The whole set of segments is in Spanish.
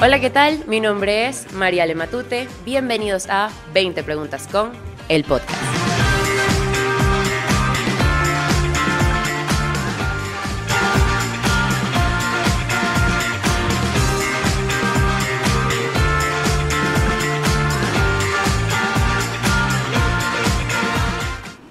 Hola, ¿qué tal? Mi nombre es María Lematute. Bienvenidos a 20 Preguntas con el podcast.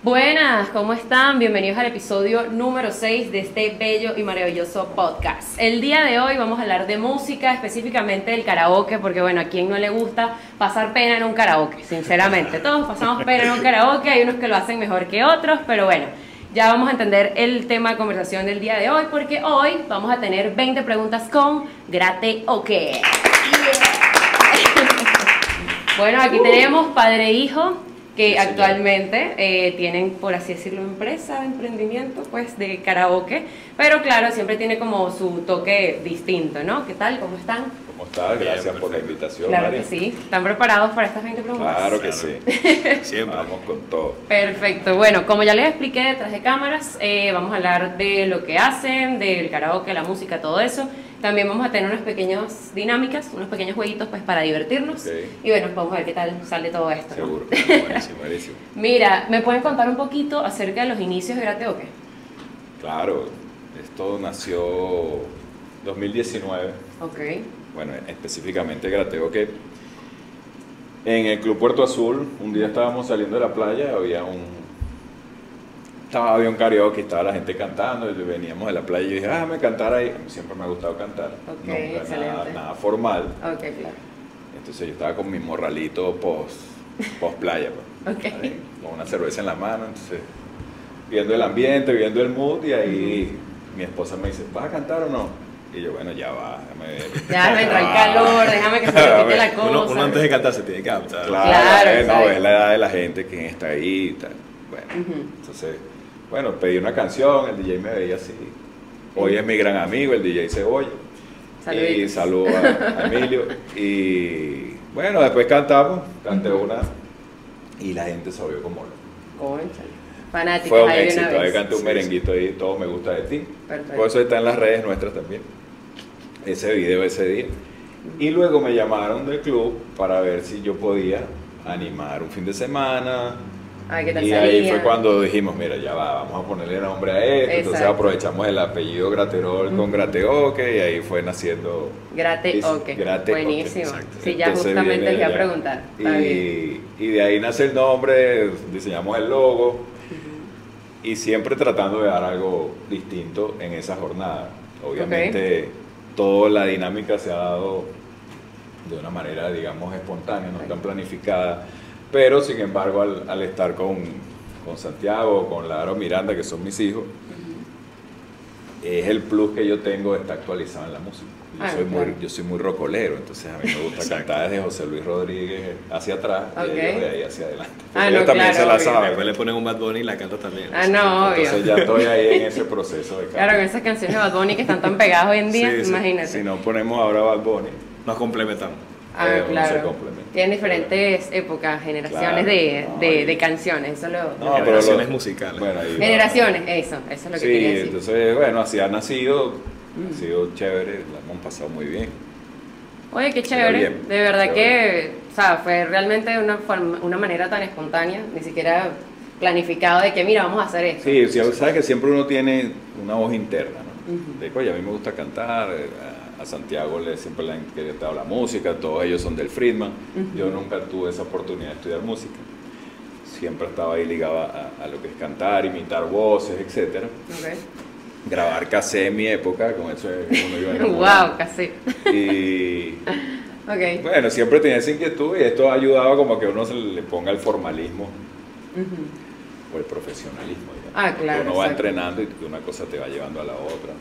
Buenas, ¿cómo están? Bienvenidos al episodio número 6 de este bello y maravilloso podcast. El día de hoy vamos a hablar de música, específicamente del karaoke, porque bueno, a quien no le gusta pasar pena en un karaoke, sinceramente. Todos pasamos pena en un karaoke, hay unos que lo hacen mejor que otros, pero bueno, ya vamos a entender el tema de conversación del día de hoy, porque hoy vamos a tener 20 preguntas con Grate o qué. Bueno, aquí tenemos padre e hijo, que Uh. Sí, señor. actualmente eh, tienen, por así decirlo, empresa, emprendimiento, pues, de karaoke. Pero claro, siempre tiene como su toque distinto, ¿no? ¿Qué tal? ¿Cómo están? ¿Cómo estás? Bien, Gracias por la perfecto. invitación, Claro María. que sí. ¿Están preparados para estas 20 preguntas? Claro que Claro. sí. Siempre. Vamos con todo. Perfecto. Bueno, como ya les expliqué detrás de cámaras, eh, vamos a hablar de lo que hacen, del karaoke, la música, todo eso. También vamos a tener unas pequeñas dinámicas, unos pequeños jueguitos, pues, para divertirnos. Ok. Y bueno, vamos a ver qué tal sale todo esto. ¿no? Seguro. Buenísimo. Buenísimo. Mira, ¿me pueden contar un poquito acerca de los inicios de Grateoque? Claro, esto nació 2019. Ok. Bueno, específicamente Grateo que en el Club Puerto Azul, un día estábamos saliendo de la playa, había un estaba, había un karaoke, estaba la gente cantando, y veníamos de la playa y yo dije, ah, me cantar ahí. Siempre me ha gustado cantar, Ok, nunca nada, excelente. nada formal. Ok, claro. Entonces yo estaba con mi morralito post, post playa, pues, Ok. ¿vale? con una cerveza en la mano, entonces viendo el ambiente, viendo el mood y ahí mi esposa me dice, ¿vas a cantar o no? Y yo, bueno, ya va, déjame ver". Déjame entrar el Ah, calor, déjame que se A repite ver, la cosa. Uno, uno antes de cantar se tiene que adaptar. Claro, Claro, eh, no, exacto. es la edad de la gente, quién está ahí y tal. Bueno, Ujú. entonces, bueno, pedí una canción, el DJ me veía así. Hoy es mi gran amigo, el DJ Cebolla. Y Saluditos. Eh, saludo a, a Emilio. Y bueno, después cantamos, canté una y la gente se volvió como loca. Cónchale. Fanáticos Fue un ahí de éxito, una ahí vez. canté un Sí, merenguito ahí, todo me gusta de ti. Perfecto. Por eso está en las redes nuestras también. Ese video ese día. Y luego me llamaron del club para ver si yo podía animar un fin de semana. Ay, ¿qué tal Y ahí salía? fue cuando dijimos, mira, ya va, vamos a ponerle nombre a esto. Entonces Exacto. aprovechamos el apellido Graterol con Grateoque y ahí fue naciendo Grate es- Oque. Grate Buenísimo. Oque, exacto. Sí, ya Entonces justamente viene les iba a ya. preguntar. Está bien. Y, y de ahí nace el nombre, diseñamos el logo y siempre tratando de dar algo distinto en esa jornada. Obviamente toda la dinámica se ha dado de una manera, digamos, espontánea, no Ok. tan planificada, pero sin embargo al, al estar con, con Santiago, con Lara o Miranda, que son mis hijos, es el plus que yo tengo de estar actualizado en la música. Yo, Ah, soy, claro. muy, yo soy muy rocolero, entonces a mí me gusta Exacto. cantar desde José Luis Rodríguez hacia atrás Ok. y ellos de ahí hacia adelante. Ah, ellos no, también claro, se la obvio. saben. pues, Después le ponen un Bad Bunny y la cantas también. Ah, no, obvio. Entonces ya estoy ahí en ese proceso de Claro, con cantar. esas canciones de Bad Bunny que están tan pegadas hoy en día, Sí, sí. imagínate. Si no ponemos ahora Bad Bunny, Nos complementamos. Ah, Eh, uno se claro. complementa. Tienen diferentes épocas, generaciones Claro. de, No, de, y- de canciones. Eso lo... No, pero Generaciones lo- musicales. bueno, ahí va. generaciones, eso, eso es lo que quería Sí, decir. Mm. entonces, bueno, así ha nacido, ha sido chévere, la hemos pasado muy bien. Oye, qué chévere. bien, de verdad chévere. que, o sea, fue realmente una, forma- una manera tan espontánea, ni siquiera planificado de que, mira, vamos a hacer esto. Sí, sí, sabes que siempre uno tiene una voz interna, ¿no? Ujú. De coño, a mí me gusta cantar, eh, a- a Santiago le, siempre le ha encantado la música, todos ellos son del Friedman. Yo nunca tuve esa oportunidad de estudiar música. Siempre estaba ahí ligado a, a lo que es cantar, imitar voces, etcétera. Ok. Grabar casé en mi época, con eso es que uno iba wow, enamorando. casi. Y Ok. bueno, siempre tenía esa inquietud y esto ha ayudado como que uno se le ponga el formalismo Ujú. o el profesionalismo. digamos. Ah, claro, Uno va exacto. entrenando y una cosa te va llevando a la otra.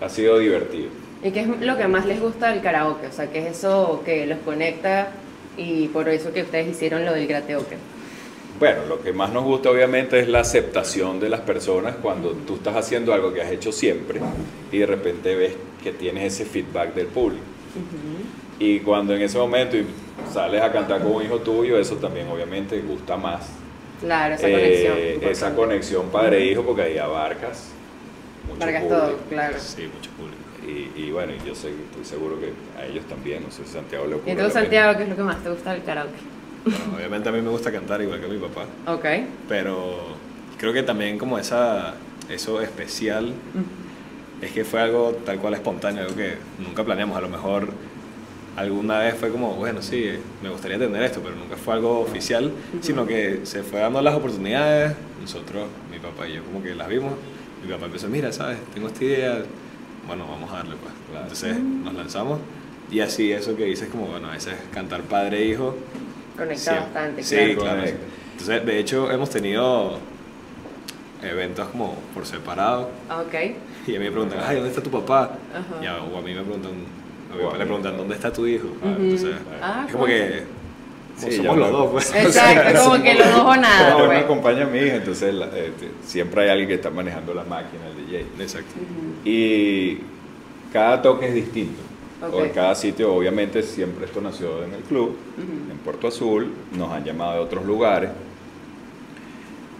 Ha sido divertido. ¿Y qué es lo que más les gusta del karaoke? O sea, ¿qué es eso que los conecta y por eso que ustedes hicieron lo del grateoke? Bueno, lo que más nos gusta obviamente es la aceptación de las personas cuando tú estás haciendo algo que has hecho siempre y de repente ves que tienes ese feedback del público. Y cuando en ese momento y sales a cantar con un hijo tuyo, eso también obviamente gusta más. Claro, esa conexión. Eh, esa importante. conexión padre-hijo porque ahí abarcas mucho Vargas público. todo, claro. Sí, mucho público. Y, Y, y bueno, yo sé, estoy seguro que a ellos también, no sé, Santiago le ocurre Y lo tú, mismo. Santiago, ¿qué es lo que más te gusta del karaoke? Bueno, obviamente a mí me gusta cantar igual que mi papá, Ok. pero creo que también como esa, eso especial es que fue algo tal cual espontáneo, algo que nunca planeamos. A lo mejor alguna vez fue como, bueno, sí, eh, me gustaría tener esto, pero nunca fue algo oficial, sino que se fue dando las oportunidades. Nosotros, mi papá y yo, como que las vimos. Mi papá empezó, mira, ¿sabes? Tengo esta idea. Bueno, vamos a darle, pues. Claro. Entonces nos lanzamos. Y así, eso que dices, como, bueno, a veces cantar padre e hijo. Conectado Sí. bastante, Sí, claro. claro. claro. Correcto. Entonces, de hecho, hemos tenido eventos como por separado. Ok. Y a mí me preguntan, ay, ¿dónde está tu papá? Ajá. Y a, o a mí me preguntan, a mi O a papá le mí. preguntan, ¿dónde está tu hijo? Ah, Ujú. Entonces, Ah, es como que Sí, somos ya los me- dos, pues. Exacto, como que los dos o nada, No, uno pues. acompaña a mi hija, entonces la- eh, te- siempre hay alguien que está manejando la máquina, el DJ. Exacto. Y cada toque es distinto. O en Ok. cada sitio, obviamente, siempre esto nació en el club, Ujú. en Puerto Azul, nos han llamado de otros lugares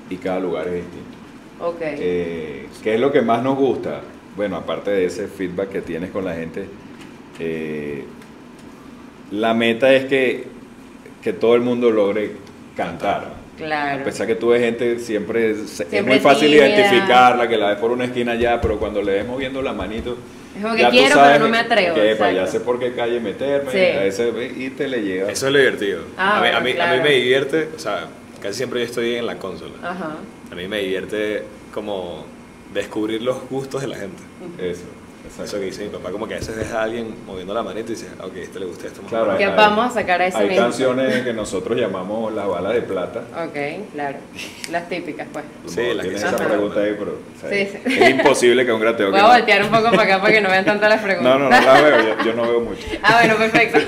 y cada lugar es distinto. Ok. Eh, ¿Qué es lo que más nos gusta? Bueno, aparte de ese feedback que tienes con la gente, eh, la meta es que, que todo el mundo logre cantar. claro. A pesar que tú ves gente, siempre, es- es Siempre muy fácil tímida. identificarla, que la ves por una esquina allá, pero cuando le ves moviendo la manito, Es como que quiero, pero no me atrevo, que, epa, ya exacto. sé por qué calle meterme, Sí. a ese- y te le llega. Eso es lo divertido. Ah, a, mí, a, bueno, mí, a claro. Ah. mí me divierte, o sea, casi siempre yo estoy en la consola. Ajá. A mí me divierte como descubrir los gustos de la gente. Eso, Eso exacto. que dice mi papá, como que a veces deja a alguien moviendo la manita y dice, ok, este le gusta esto. Claro, Que hay- vamos a sacar a ese Hay mismo. canciones que nosotros llamamos las balas de plata. Ok, claro. Las típicas, pues. Sí, Como la tienes que- esa Ajá. pregunta ahí, pero o sea, Sí, sí. es imposible que un grateo. Voy que a no- voltear un poco para acá para que no vean tanto las preguntas. No, no, no la veo, yo, yo no veo mucho. Ah, bueno, perfecto.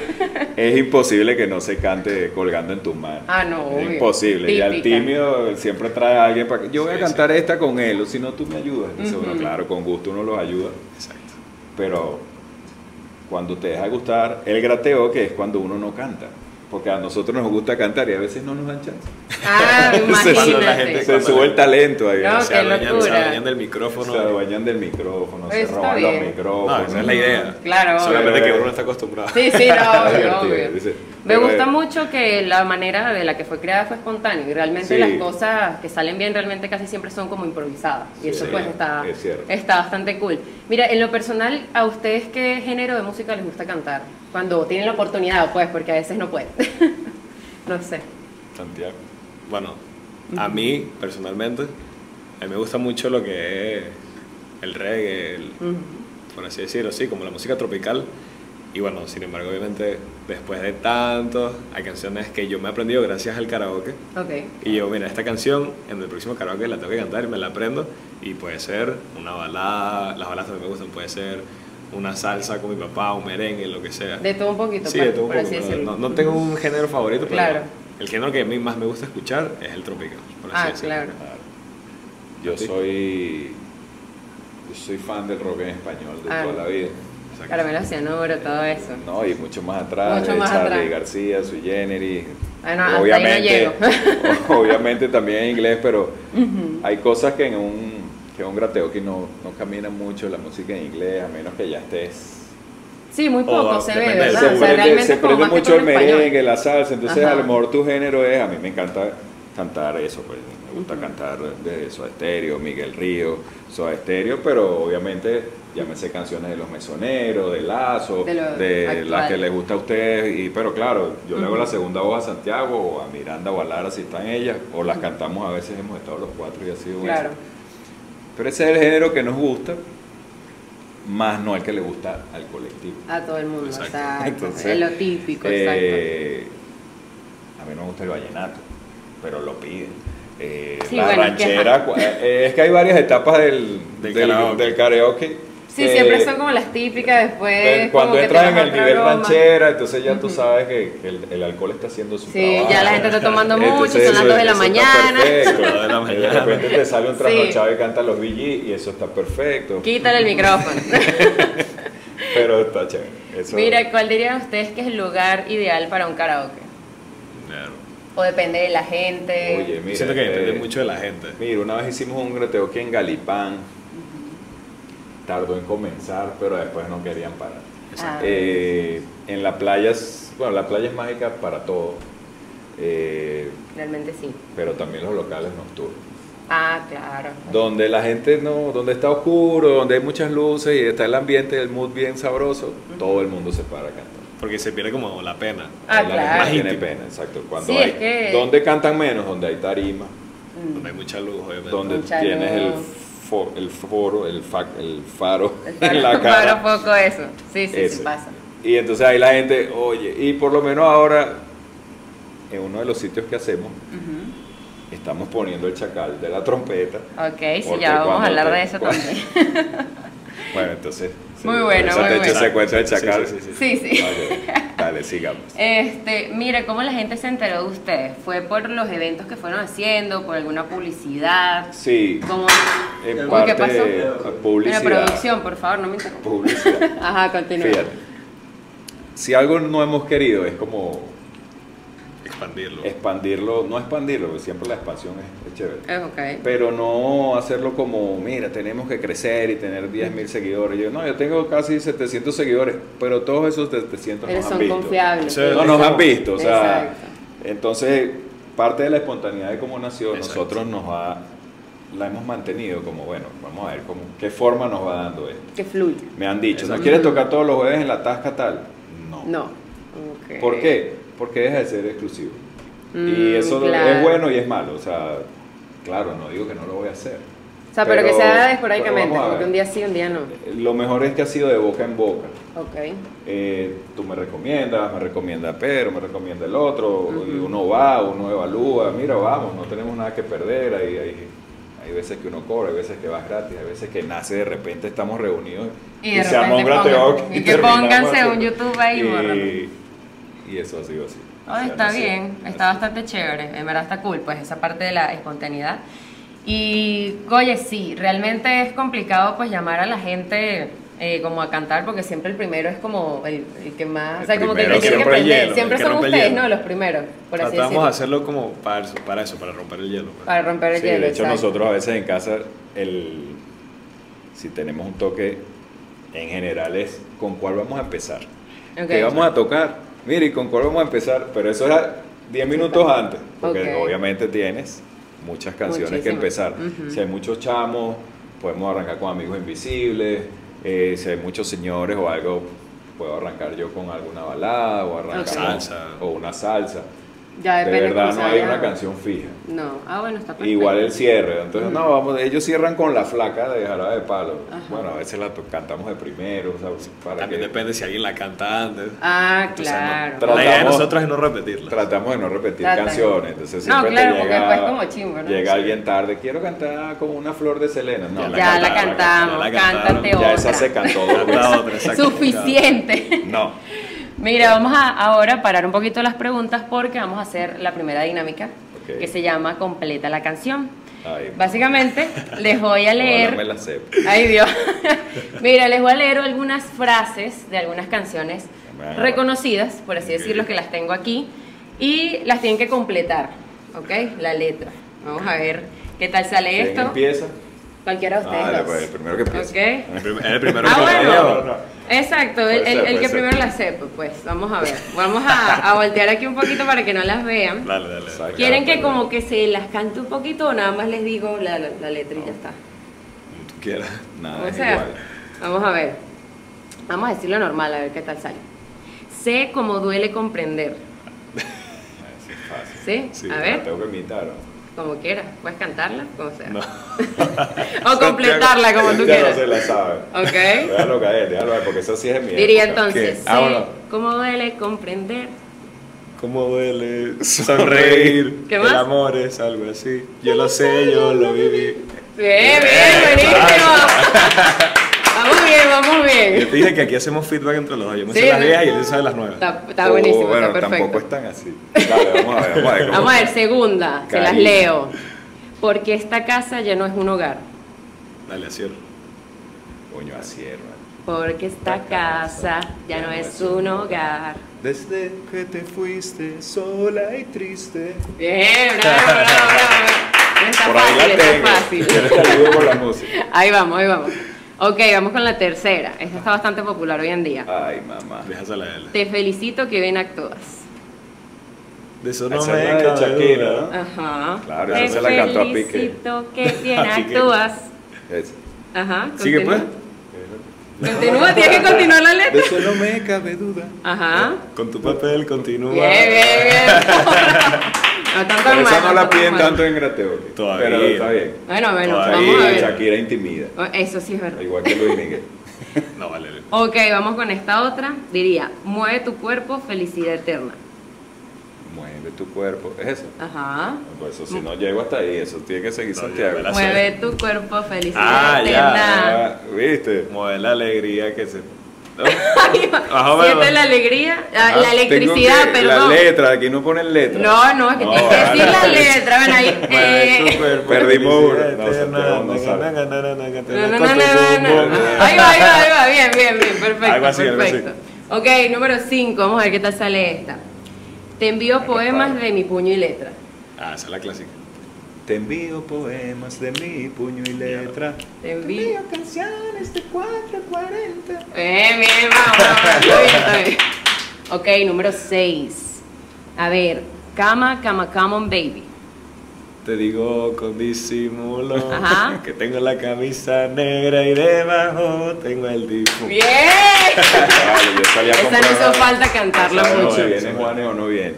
Es imposible que no se cante colgando en tus manos. Ah, no, Es obvio. imposible. Y al Típica. tímido siempre trae a alguien para que yo voy a Sí, cantar esta con él, o si no tú me ayudas. Entonces, bueno, Ujú. claro, con gusto uno los ayuda, Exacto. pero cuando te deja gustar el grateo, que es cuando uno no canta. Porque a nosotros nos gusta cantar y a veces no nos dan chance. Ah, Cuando la imagínate. gente- Se sube el talento ahí. No, o Qué Se sea, adueñan, se locura. adueñan del se micrófono. adueñan del micrófono, se Pues Está roban los bien. micrófonos. No, esa es la idea. Claro, obvio. Solamente que uno no está acostumbrado. Sí, sí, no, obvio, Divertido, obvio. dice, Me pero, gusta eh, mucho que la manera de la que fue creada fue espontánea y realmente Sí. las cosas que salen bien realmente casi siempre son como improvisadas y Sí, eso sí, pues está, es cierto. está bastante cool. Mira, en lo personal, ¿a ustedes qué género de música les gusta cantar? Cuando tienen la oportunidad pues, porque a veces no pueden. no sé. Santiago. Bueno, a mí personalmente, a mí me gusta mucho lo que es el reggae, el- Ujú. por así decirlo, sí, como la música tropical. Y bueno, sin embargo, obviamente, después de tantos, hay canciones que yo me he aprendido gracias al karaoke. Ok. Y yo, mira, esta canción en el próximo karaoke la tengo que cantar y me la aprendo. Y puede ser una balada, las baladas también me gustan, puede ser una salsa con mi papá, un merengue, lo que sea. De todo un poquito, Sí, pues, de todo un por poco, así ¿no? decirlo. No, no tengo un género favorito, pero Claro. el género que a mí más me gusta escuchar es el tropical, por así Ah, decirlo. claro. Yo ¿A ti? soy. Yo soy fan del rock en español de Ah. toda la vida. Exacto. Caramelo cianuro, todo eso. No, y mucho más atrás, Mucho de más Charlie atrás. García, Sui Generis. Ah, no, hasta ahí no obviamente también en inglés, pero hay cosas que en un, que un grateo que no, no camina mucho la música en inglés, a menos que ya estés Sí, muy poco O, se ve, depende, ¿verdad? se Ah, o sea, prende, realmente se es como prende más que mucho todo el en español. merengue, la salsa, entonces Ajá. a lo mejor tu género es, a mí me encanta cantar eso, pues me gusta Ujú. cantar de Soda Stereo, Miguel Río, Soda Stereo, pero obviamente llámese canciones de los mesoneros, de Lazo, De de, lo actual. las que les gusta a ustedes, y, pero claro, yo le hago Ujú. la segunda voz a Santiago o a Miranda o a Lara si están ellas, o las cantamos a veces, hemos estado los cuatro y ha sido un Claro. éxito. Pero ese es el género que nos gusta, más no el que le gusta al colectivo. A todo el mundo, exacto. Exacto. Entonces, es lo típico, exacto. Eh, a mí no me gusta el vallenato, pero lo piden. Eh, Sí, la bueno, es que, ranchera, ajá. cua- eh, es que hay varias etapas del, del, Del del karaoke. karaoke. Sí, Eh, siempre son como las típicas después. eh, cuando como que entras te en vas a el otra nivel broma. ranchera, entonces ya tú Ujú. sabes que, que el, el alcohol está haciendo su Sí, trabajo. ya la gente está tomando Entonces, mucho, son las eso- 2 de la eso está mañana. perfecto. Las dos de la Y De mañana. repente te sale un Sí. trasnochado y canta los BG y eso está perfecto. Quítale el micrófono. Pero está chévere. Eso- Mira, ¿cuál dirían ustedes que es el lugar ideal para un karaoke? Claro. O depende de la gente. Oye, mira, Siento que depende eh, mucho de la gente. Mira, una vez hicimos un grateoque en Galipán. tardó en comenzar, pero después no querían parar. Ah. Eh, en la playa, es- bueno, la playa es mágica para todo, eh, Realmente sí. pero también los locales nocturnos. Ah, claro. Donde la gente no, donde está oscuro, donde hay muchas luces y está el ambiente, el mood bien sabroso, todo el mundo se para a cantar. Porque se pierde como la pena. Ah, la claro. gente tiene Más íntimo. pena, exacto. Cuando Sí, hay, es que- Donde cantan menos, donde hay tarima, Mm. Donde hay mucha luz, obviamente. donde Mucha tienes el, luz. fo- el foro, el, fa- el faro El en la faro- cara. faro poco eso. Sí, sí, sí Ese. pasa. Y entonces ahí la gente, oye, y por lo menos ahora, en uno de los sitios que hacemos, Ujú. estamos poniendo el chacal de la trompeta. Ok, sí, Porque ya vamos cuando a hablar te- de eso cuando- también. Bueno, entonces. Muy bueno, esa muy te he bueno. hecho secuencia del Sí, sí, chacal. sí, sí, Sí, sí. Vale, dale, sigamos. Este, mire, ¿cómo la gente se enteró de ustedes? ¿Fue por los eventos que fueron haciendo? ¿Por alguna publicidad? Sí, ¿Cómo? en Uy, parte ¿qué pasó? publicidad. Mira, producción, por favor, no me interrumpa. Publicidad. Ajá, continúa. Fíjate. Si algo no hemos querido es como Expandirlo. expandirlo, no expandirlo, porque siempre la expansión es, es chévere. Es Ah, ok. Pero no hacerlo como, mira, tenemos que crecer y tener 10.000 seguidores. Yo, no, yo tengo casi 700 seguidores, pero todos esos 700 Pero nos han son visto. confiables. Eso es- No sí. nos han visto, o sea, Exacto. entonces parte de la espontaneidad de cómo nació, Exacto. nosotros nos ha, la hemos mantenido como, bueno, vamos a ver cómo, qué forma nos va dando esto. Que fluye. Me han dicho, ¿no Exacto. quieres tocar todos los jueves en la tasca tal? No. No. Ok. ¿Por qué? Porque deja de ser exclusivo. y Mm, eso lo- claro. es bueno y es malo, o sea, claro, no digo que no lo voy a hacer. O sea, pero, que Pero- sea esporádicamente, pero vamos a como que ver. un día sí, un día no. Lo mejor es que ha sido de boca en boca. Ok. eh, tú me recomiendas, me recomienda Pedro, me recomienda el otro, y Ujú. uno va, uno evalúa, mira, vamos, no tenemos nada que perder, hay, hay, hay veces que uno cobra, hay veces que vas gratis, hay veces que nace de repente, estamos reunidos Y, de se arma un repente grateo pongan- que y que terminamos pónganse un haciendo. YouTube ahí, bórralo. y, y eso ha sido así. Ah, Así ha está nacido. bien, está Así. bastante chévere, en verdad está cool, pues esa parte de la espontaneidad. Y oye, sí, realmente es complicado pues llamar a la gente eh, como a cantar, porque siempre el primero es como el, el que más, El o sea, como que el que tiene que primero siempre el aprender. hielo, siempre el que son rompe el ustedes, hielo. ¿no? Los primeros, por así Tratamos de decirlo. hacerlo como para eso, para eso, para romper el hielo. pues. Para romper el Sí, hielo. de hecho exacto. nosotros a veces en casa, el, si tenemos un toque, en general es con cuál vamos a empezar. Ok. que vamos a tocar. Mire, ¿y con cuál vamos a empezar? Pero eso era 10 minutos antes, porque Ok. obviamente tienes muchas canciones que Muchísimas. empezar. Ujú. Si hay muchos chamos, podemos arrancar con Amigos Invisibles. eh, si hay muchos señores o algo, puedo arrancar yo con alguna balada o arrancar Ok. Salsa. o una salsa. Ya De depende verdad cómo no se hay vaya. una canción fija. No, ah, bueno, está perfecto. Igual el cierre. Entonces, Ujú. no, vamos, ellos cierran con la flaca de Jarabe de Palo. Ajá. Bueno, a veces la to- cantamos de primero. o sea, para También que- depende si alguien la canta antes. Ah, Entonces, claro. no- la idea de Tratamos- nosotros es no repetirla. Tratamos de no repetir Tratan. canciones, entonces No, siempre te claro, porque llega, después como chimbo, ¿no? llega Sí. alguien tarde, quiero cantar como una flor de Selena. No, Ya ya la la, cantaron, cantamos, ya la cantaron. cántate Ya otra. esa se cantó dos Canta veces. otra, exacto. Suficiente. No. Mira, vamos a ahora parar un poquito las preguntas porque vamos a hacer la primera dinámica Ok. que se llama Completa la canción. Ay, Básicamente, les voy a ahora me leer. la sé. Ay Dios. Mira, les voy a leer algunas frases de algunas canciones Me agarro. reconocidas, por así Ok. decirlo, que las tengo aquí y las tienen que completar, ¿ok? La letra. Vamos a ver qué tal sale ¿Quién esto. empieza? Cualquiera de ustedes. Ah, dos. pues, el primero que empieza. Ok. El prim- el primero Ah, que la bueno. dio. Exacto, el, Puede el- ser, el puede que ser. primero las sepa, pues vamos a ver. Vamos a, a voltear aquí un poquito para que no las vean. Dale, dale. Exacto. ¿Quieren que claro, como que se las cante un poquito o nada más les digo la, la- la letra y ya está? Como tú quieras. Nada, O Ah, es sea, igual. Vamos a ver. Vamos a decirlo normal, a ver qué tal sale. Sé cómo duele comprender, Así es fácil. ¿sí? Sí, a La ver, Tengo que imitar. ¿no? como quieras. Puedes cantarla, como sea. No. O completarla, como tú Santiago quieras. se la sabe. Ok. Déjalo caer, déjalo caer, porque eso sí es mi ¿Eh? Diría época. entonces, ¿Qué? sé Vámonos. cómo duele comprender. ¿Cómo duele sonreír? ¿Qué más? El amor es algo así. Yo lo sé, yo lo viví. Bien, bien, buenísimo. Vamos bien, vamos Yo bien. te dije que aquí hacemos feedback entre los dos. Yo me Sí, sé las ¿no? viejas y él sabe las nuevas. Está, está Oh, buenísimo, bueno, está perfecto. tampoco es tan así. Dale, vamos a ver, vamos a ver. cómo- Vamos a ver, segunda, se las Cariño. leo. Porque esta casa ya no es un hogar. Dale, cierro. Coño, así es, hermano. Porque esta casa ya no es un hogar. Desde que te fuiste sola y triste. Bien, bravo, bravo, bravo. No está Por ahí fácil, la está tengo. fácil. Yo les ayudo con la música. Ahí vamos, ahí vamos. Ok, vamos con la tercera. Esta está bastante popular hoy en día. Ay, mamá. Déjasela a él. Te felicito que bien actúas. De eso Esa no es me la de cabe Shakira, duda. ¿no? Ajá. Claro, Te esa se la cantó a Piqué. felicito que bien Así que- actúas. Es- Ajá. Sigue continúa. pues. Continúa, tienes que continuar la De letra. eso no me cabe duda. Ajá. Con tu papel continúa. ¿Ah? Bien, bien, bien. No tan tan Pero esa mal, no la tan tan piden mal. tanto en Grateo. Todavía. Pero está bien. Bueno, bueno, Todavía, vamos a Y ver. Shakira intimida. Oh, Eso sí es verdad. Igual que Luis Miguel. No, vale. vale. Ok, vamos con esta otra. Diría, mueve tu cuerpo, felicidad eterna. Mueve tu cuerpo. Es eso. Ajá. Pues eso, si no llego hasta ahí, eso tiene que seguir No, Santiago. yo me la- Mueve tu cuerpo, felicidad Ah, ya, eterna. Ah, ¿Viste? Mueve la alegría que se. No. Ay, Ajá, bueno. Siente la alegría, la, Ah, la electricidad, tengo que- perdón. La letra, aquí no ponen letra. No, no, es que No, tienes que vale. decir la letra. Bueno, ahí. Mueve tu eh. cuerpo, Perdimos uno. felicidad No, Santiago no eterna. sabe. Na, na, na, na, na, No, no, con no, tu no, no, no. bombón. Ahí va, ahí va, ahí va. Bien, bien, bien. Perfecto. Algo así, algo perfecto. Ok, número 5. Vamos a ver qué tal sale esta. Te envío poemas de mi puño y letra. Ah, esa es la clásica. Te envío poemas de mi puño y letra. Te envío. canciones de 440. Bien, bien, vamos, vamos, vamos, está bien, está bien. Ok, número 6. A ver, cama, cama, come on, baby. Te digo con disimulo Ajá. que tengo la camisa negra y debajo tengo el difu. Bien. Vale, yo salí a Esa comprar no hizo algo. falta cantarla Claro, mucho. Si viene Juanes o no viene.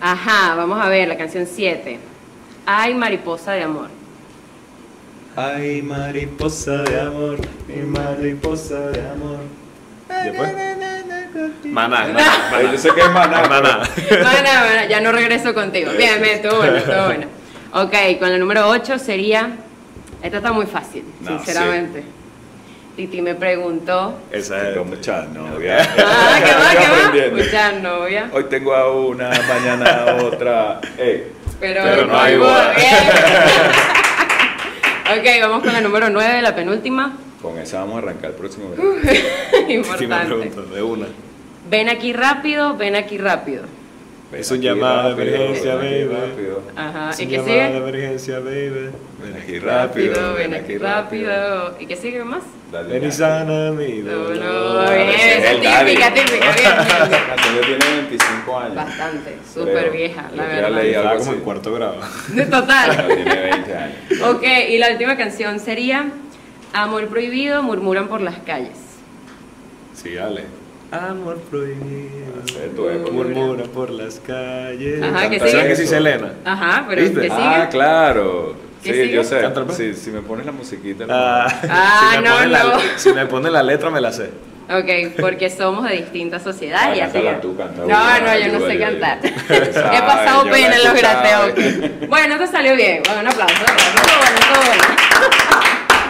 Ajá, vamos a ver la canción 7. Ay, mariposa de amor. Ay, mariposa de amor, mi mariposa de amor. Después. Maná, maná, Ay, yo sé que es maná. maná. Bueno, bueno, ya no regreso contigo. Bien, bien, estuvo bueno, estuvo bueno. Ok, con la número 8 sería. Esta está muy fácil, No, sinceramente. Titi me preguntó. Esa es. Tengo muchas novias. Ah, ¿qué va, Estoy qué va? aprendiendo. Mucha novia. Hoy tengo a una, mañana a otra. Eh, Ey, Pero, Pero no no hay hay boda. boda. ok, vamos con la número 9, la penúltima. con esa vamos a arrancar el próximo Uh. video. Sí, me Importante. pregunto, de una. Ven aquí rápido, ven aquí rápido. Ven Es un aquí llamado de rápido, emergencia, ven aquí baby. rápido. Ajá. Es Ah, ¿Y un qué llamado de sigue? emergencia, baby. Ven aquí rápido, ven aquí rápido. ¿Y qué sigue más? Dale, Ven y ya. sana mi Dolo, dolor. bien, ese es esa el Daddy. típica, típica, bien, bien. La canción tiene 25 años. Bastante, Creo. súper vieja, la Yo ya verdad. leí algo Estaba como así. en cuarto grado. De total. No, tiene 20 años. Ok, y la última canción sería Amor prohibido, murmuran por las calles. Sí, dale. Ah, Amor prohibido. Ese es tu pues, época. Murmura por las calles. Ajá, que O sea, sigue. que sí, Selena. Ajá, pero ¿Viste? ¿qué sigue? Ah, claro. ¿Qué Sí, sigue? yo sé. Cántalo, pues. Sí, si me pones la musiquita. Ah, Ah, si me no, pone la- no. si me pone la letra, me la sé. Ok, porque somos de distintas sociedades Ah, y así. cántala tú, cántala tú. no, no, yo no Ayuda, sé ayuda, cantar. ayuda. He pasado Ay, yo la pena en los escuchaba. grateos. Bueno, te salió bien. Bueno, un aplauso. un aplauso. Estuvo bueno, estuvo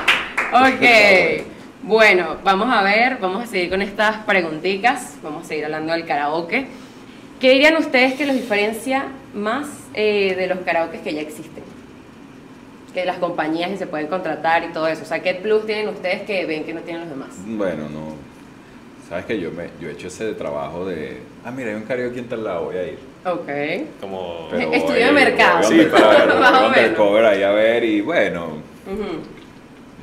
bueno. Ok. Bueno, vamos a ver, vamos a seguir con estas preguntitas. Vamos a seguir hablando del karaoke. ¿Qué dirían ustedes que los diferencia más eh, de los karaokes que ya existen? Que las compañías que se pueden contratar y todo eso. O sea, ¿qué plus tienen ustedes que ven que no tienen los demás? Bueno, no. Sabes que yo me yo he hecho ese trabajo de. Ah, mira, hay un karaoke en tal lado, voy a ir. Ok. Como. Pero- voy, Estudio de voy mercado. undercover, Sí, para- voy más o menos. undercover ahí a ver y bueno. Ujú.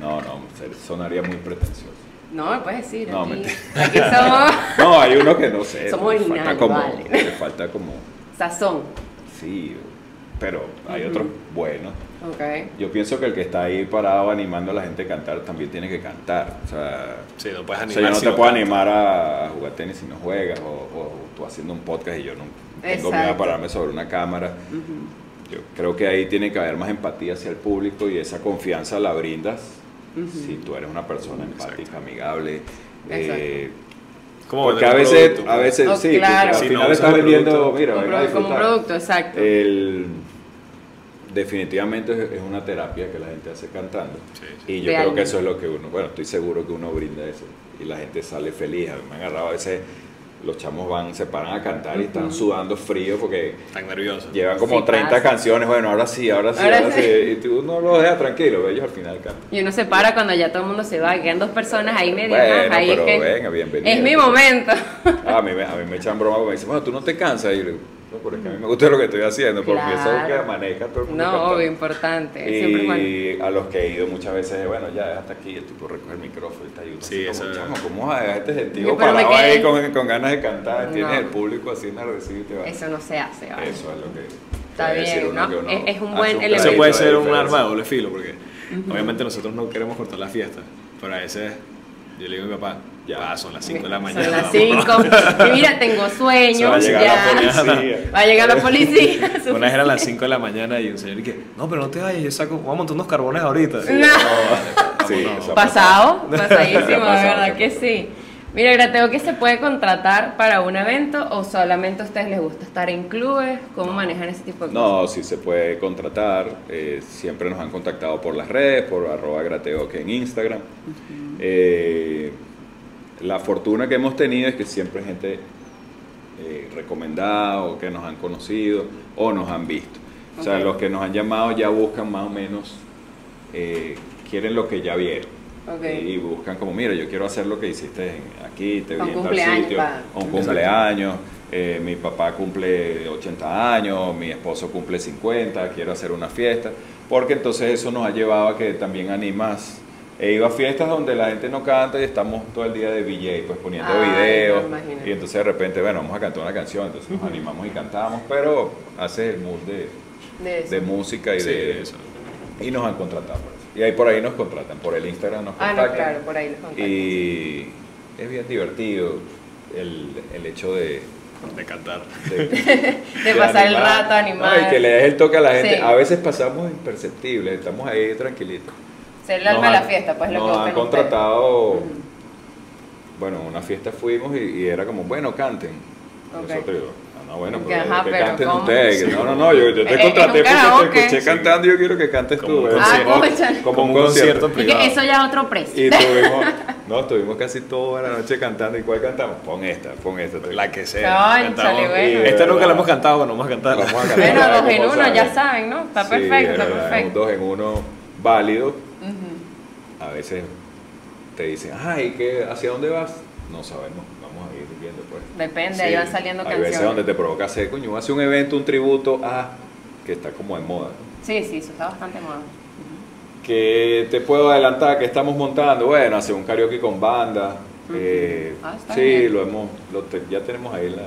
No, no, se- sonaría muy pretencioso. No, me puedes decir. No, aquí, mentira. aquí somos No, hay uno que no sé. Somos le falta originales, como, vale. Le falta como. sazón. Sí, pero hay Ujú. otros buenos. Ok. Yo pienso que el que está ahí parado animando a la gente a cantar también tiene que cantar. O sea, Sí, no puedes o animar. sea, yo no si te puedo cantas. animar a jugar tenis si no juegas o, o tú haciendo un podcast y yo no tengo miedo a Exacto. pararme sobre una cámara. Ujú, Yo creo que ahí tiene que haber más empatía hacia el público y esa confianza la brindas Ujú. si tú eres una persona Exacto. empática, amigable. eh, Como porque vender a un veces, producto, a pues. veces Oh, sí, porque claro. al Si no final usas estás el vendiendo, producto. mira, Un venga a produ- como un disfrutar. Eh, producto, exacto. El, definitivamente es- es una terapia que la gente hace cantando. Sí, sí. Y yo creo Realmente. que eso es lo que uno, bueno, estoy seguro que uno brinda eso. Y la gente sale feliz. A mí me han agarrado a veces, los chamos van, se paran a cantar y están Ujú. sudando frío porque Tan nervioso. llevan como Sí, 30 pasa. canciones. Bueno, ahora sí, ahora sí, Ahora ahora, sí. sí. Y tú no los dejas tranquilos, ellos al final cantan. Y uno se para cuando ya todo el mundo se va, y quedan dos personas ahí medio. Bueno, ahí pero es que venga, bienvenido. es mi momento. Ah, A mí, me- a mí me echan broma porque me dicen, bueno, tú no te cansas. Y yo le digo, ¿no? Porque es que a mí me gusta lo que estoy haciendo, porque eso Claro. que maneja todo el mundo. No, cantando. obvio, importante. Eh, Siempre es bueno. Y a los que he ido muchas veces, bueno, ya hasta aquí, el tipo recoge el micrófono y te ayuda. Sí, así como, eso- "Chamo, ¿Cómo vas a dejar este Yo, sentido pero me parado ahí quedé- con, con ganas de cantar? No. Tienes el público así enardecido y te va. Eso no se hace, ¿vale? Eso es lo que. Está puede decir bien, uno ¿no? que uno Es- es un hace buen elemento. Eso puede de ser un diferencia. arma de doble filo, porque obviamente nosotros no queremos cortar la fiesta, pero a veces yo le digo a mi papá, Ya. ya son las 5 de la mañana. Son las vamos". 5. Y mira, tengo Se va a sueños. llegar ya. la policía. Va a llegar la policía. Una vez eran las 5 de la mañana y un señor que, no, pero no te vayas, yo saco, vamos a montar unos carbones ahorita. No. Sí, Vámonos. eso ha Pasado, pasadísimo, Ya de ha pasado, verdad ya que pasó. sí. Mira, Grateo, ¿qué se puede contratar para un evento o solamente a ustedes les gusta estar en clubes? ¿Cómo manejan ese tipo de cosas? No, sí se puede contratar. eh, siempre nos han contactado por las redes, por arroba grateo que en Instagram. Eh, la fortuna que hemos tenido es que siempre gente eh, recomendada o que nos han conocido o nos han visto. O sea, Ok. los que nos han llamado ya buscan más o menos, eh, quieren lo que ya vieron. Ok. Y buscan como, mira, yo quiero hacer lo que hiciste en- aquí, te O vi un en tal cumpleaños, sitio, pa. o un Exacto. cumpleaños, eh, mi papá cumple 80 años, mi esposo cumple 50, quiero hacer una fiesta, porque entonces eso nos ha llevado a que también animas. He ido a fiestas donde la gente no canta y estamos todo el día de DJ, pues poniendo Ay, videos. me imagino. Y entonces de repente, bueno, vamos a cantar una canción, entonces nos animamos y cantamos, pero hace el mood de, De eso. de música y Sí, de eso. Y nos han contratado. por eso. Y ahí por ahí nos contratan, por el Instagram nos ah, contactan. no, claro, por ahí los contactos. Y es bien divertido el, el hecho de, De cantar. de- De de pasar el animar, rato, animar. ¿no? Y que le des el toque a la gente. Sí. A veces pasamos imperceptibles, estamos ahí tranquilitos. Ser el alma Nos de la han- fiesta, pues lo que Nos han buscan contratado, ustedes. bueno, en una fiesta fuimos y, y era como, bueno, canten. Ok. Nosotros digo, ah, no, bueno, Que, pero ajá, que pero canten ¿cómo? ustedes. Sí. No, no, no, yo, yo Es- te es Eh, un contraté porque karaoke. te escuché Sí. cantando y yo quiero que cantes Como tú. un ¿eh? concierto. Ah, cónchale. como un concierto. Y que eso ya es otro precio. Y tuvimos, no, estuvimos casi toda la noche cantando. ¿Y cuál cantamos? Pon esta, pon esta. La que sea. Cónchale, cantamos. bueno. Esta nunca la hemos cantado, bueno, vamos a cantarla. Vamos a cantar. Bueno, Claro, dos en como uno, saben. ya saben, ¿no? Está Sí, perfecto, está era Un perfecto. dos en uno válido. Ujú. A veces te dicen, ay, ¿qué, ¿hacia dónde vas? No sabemos, vamos a ir viendo pues. Depende, Sí, ahí van saliendo Hay canciones. veces donde te provoca hacer, coño, hace un evento, un tributo a, que está como de moda. Sí, sí, eso está bastante moda. que te puedo adelantar que estamos montando? Bueno, hacer un karaoke con banda. Ujú. eh, Ah, está sí, bien. lo hemos, lo te- ya tenemos ahí la,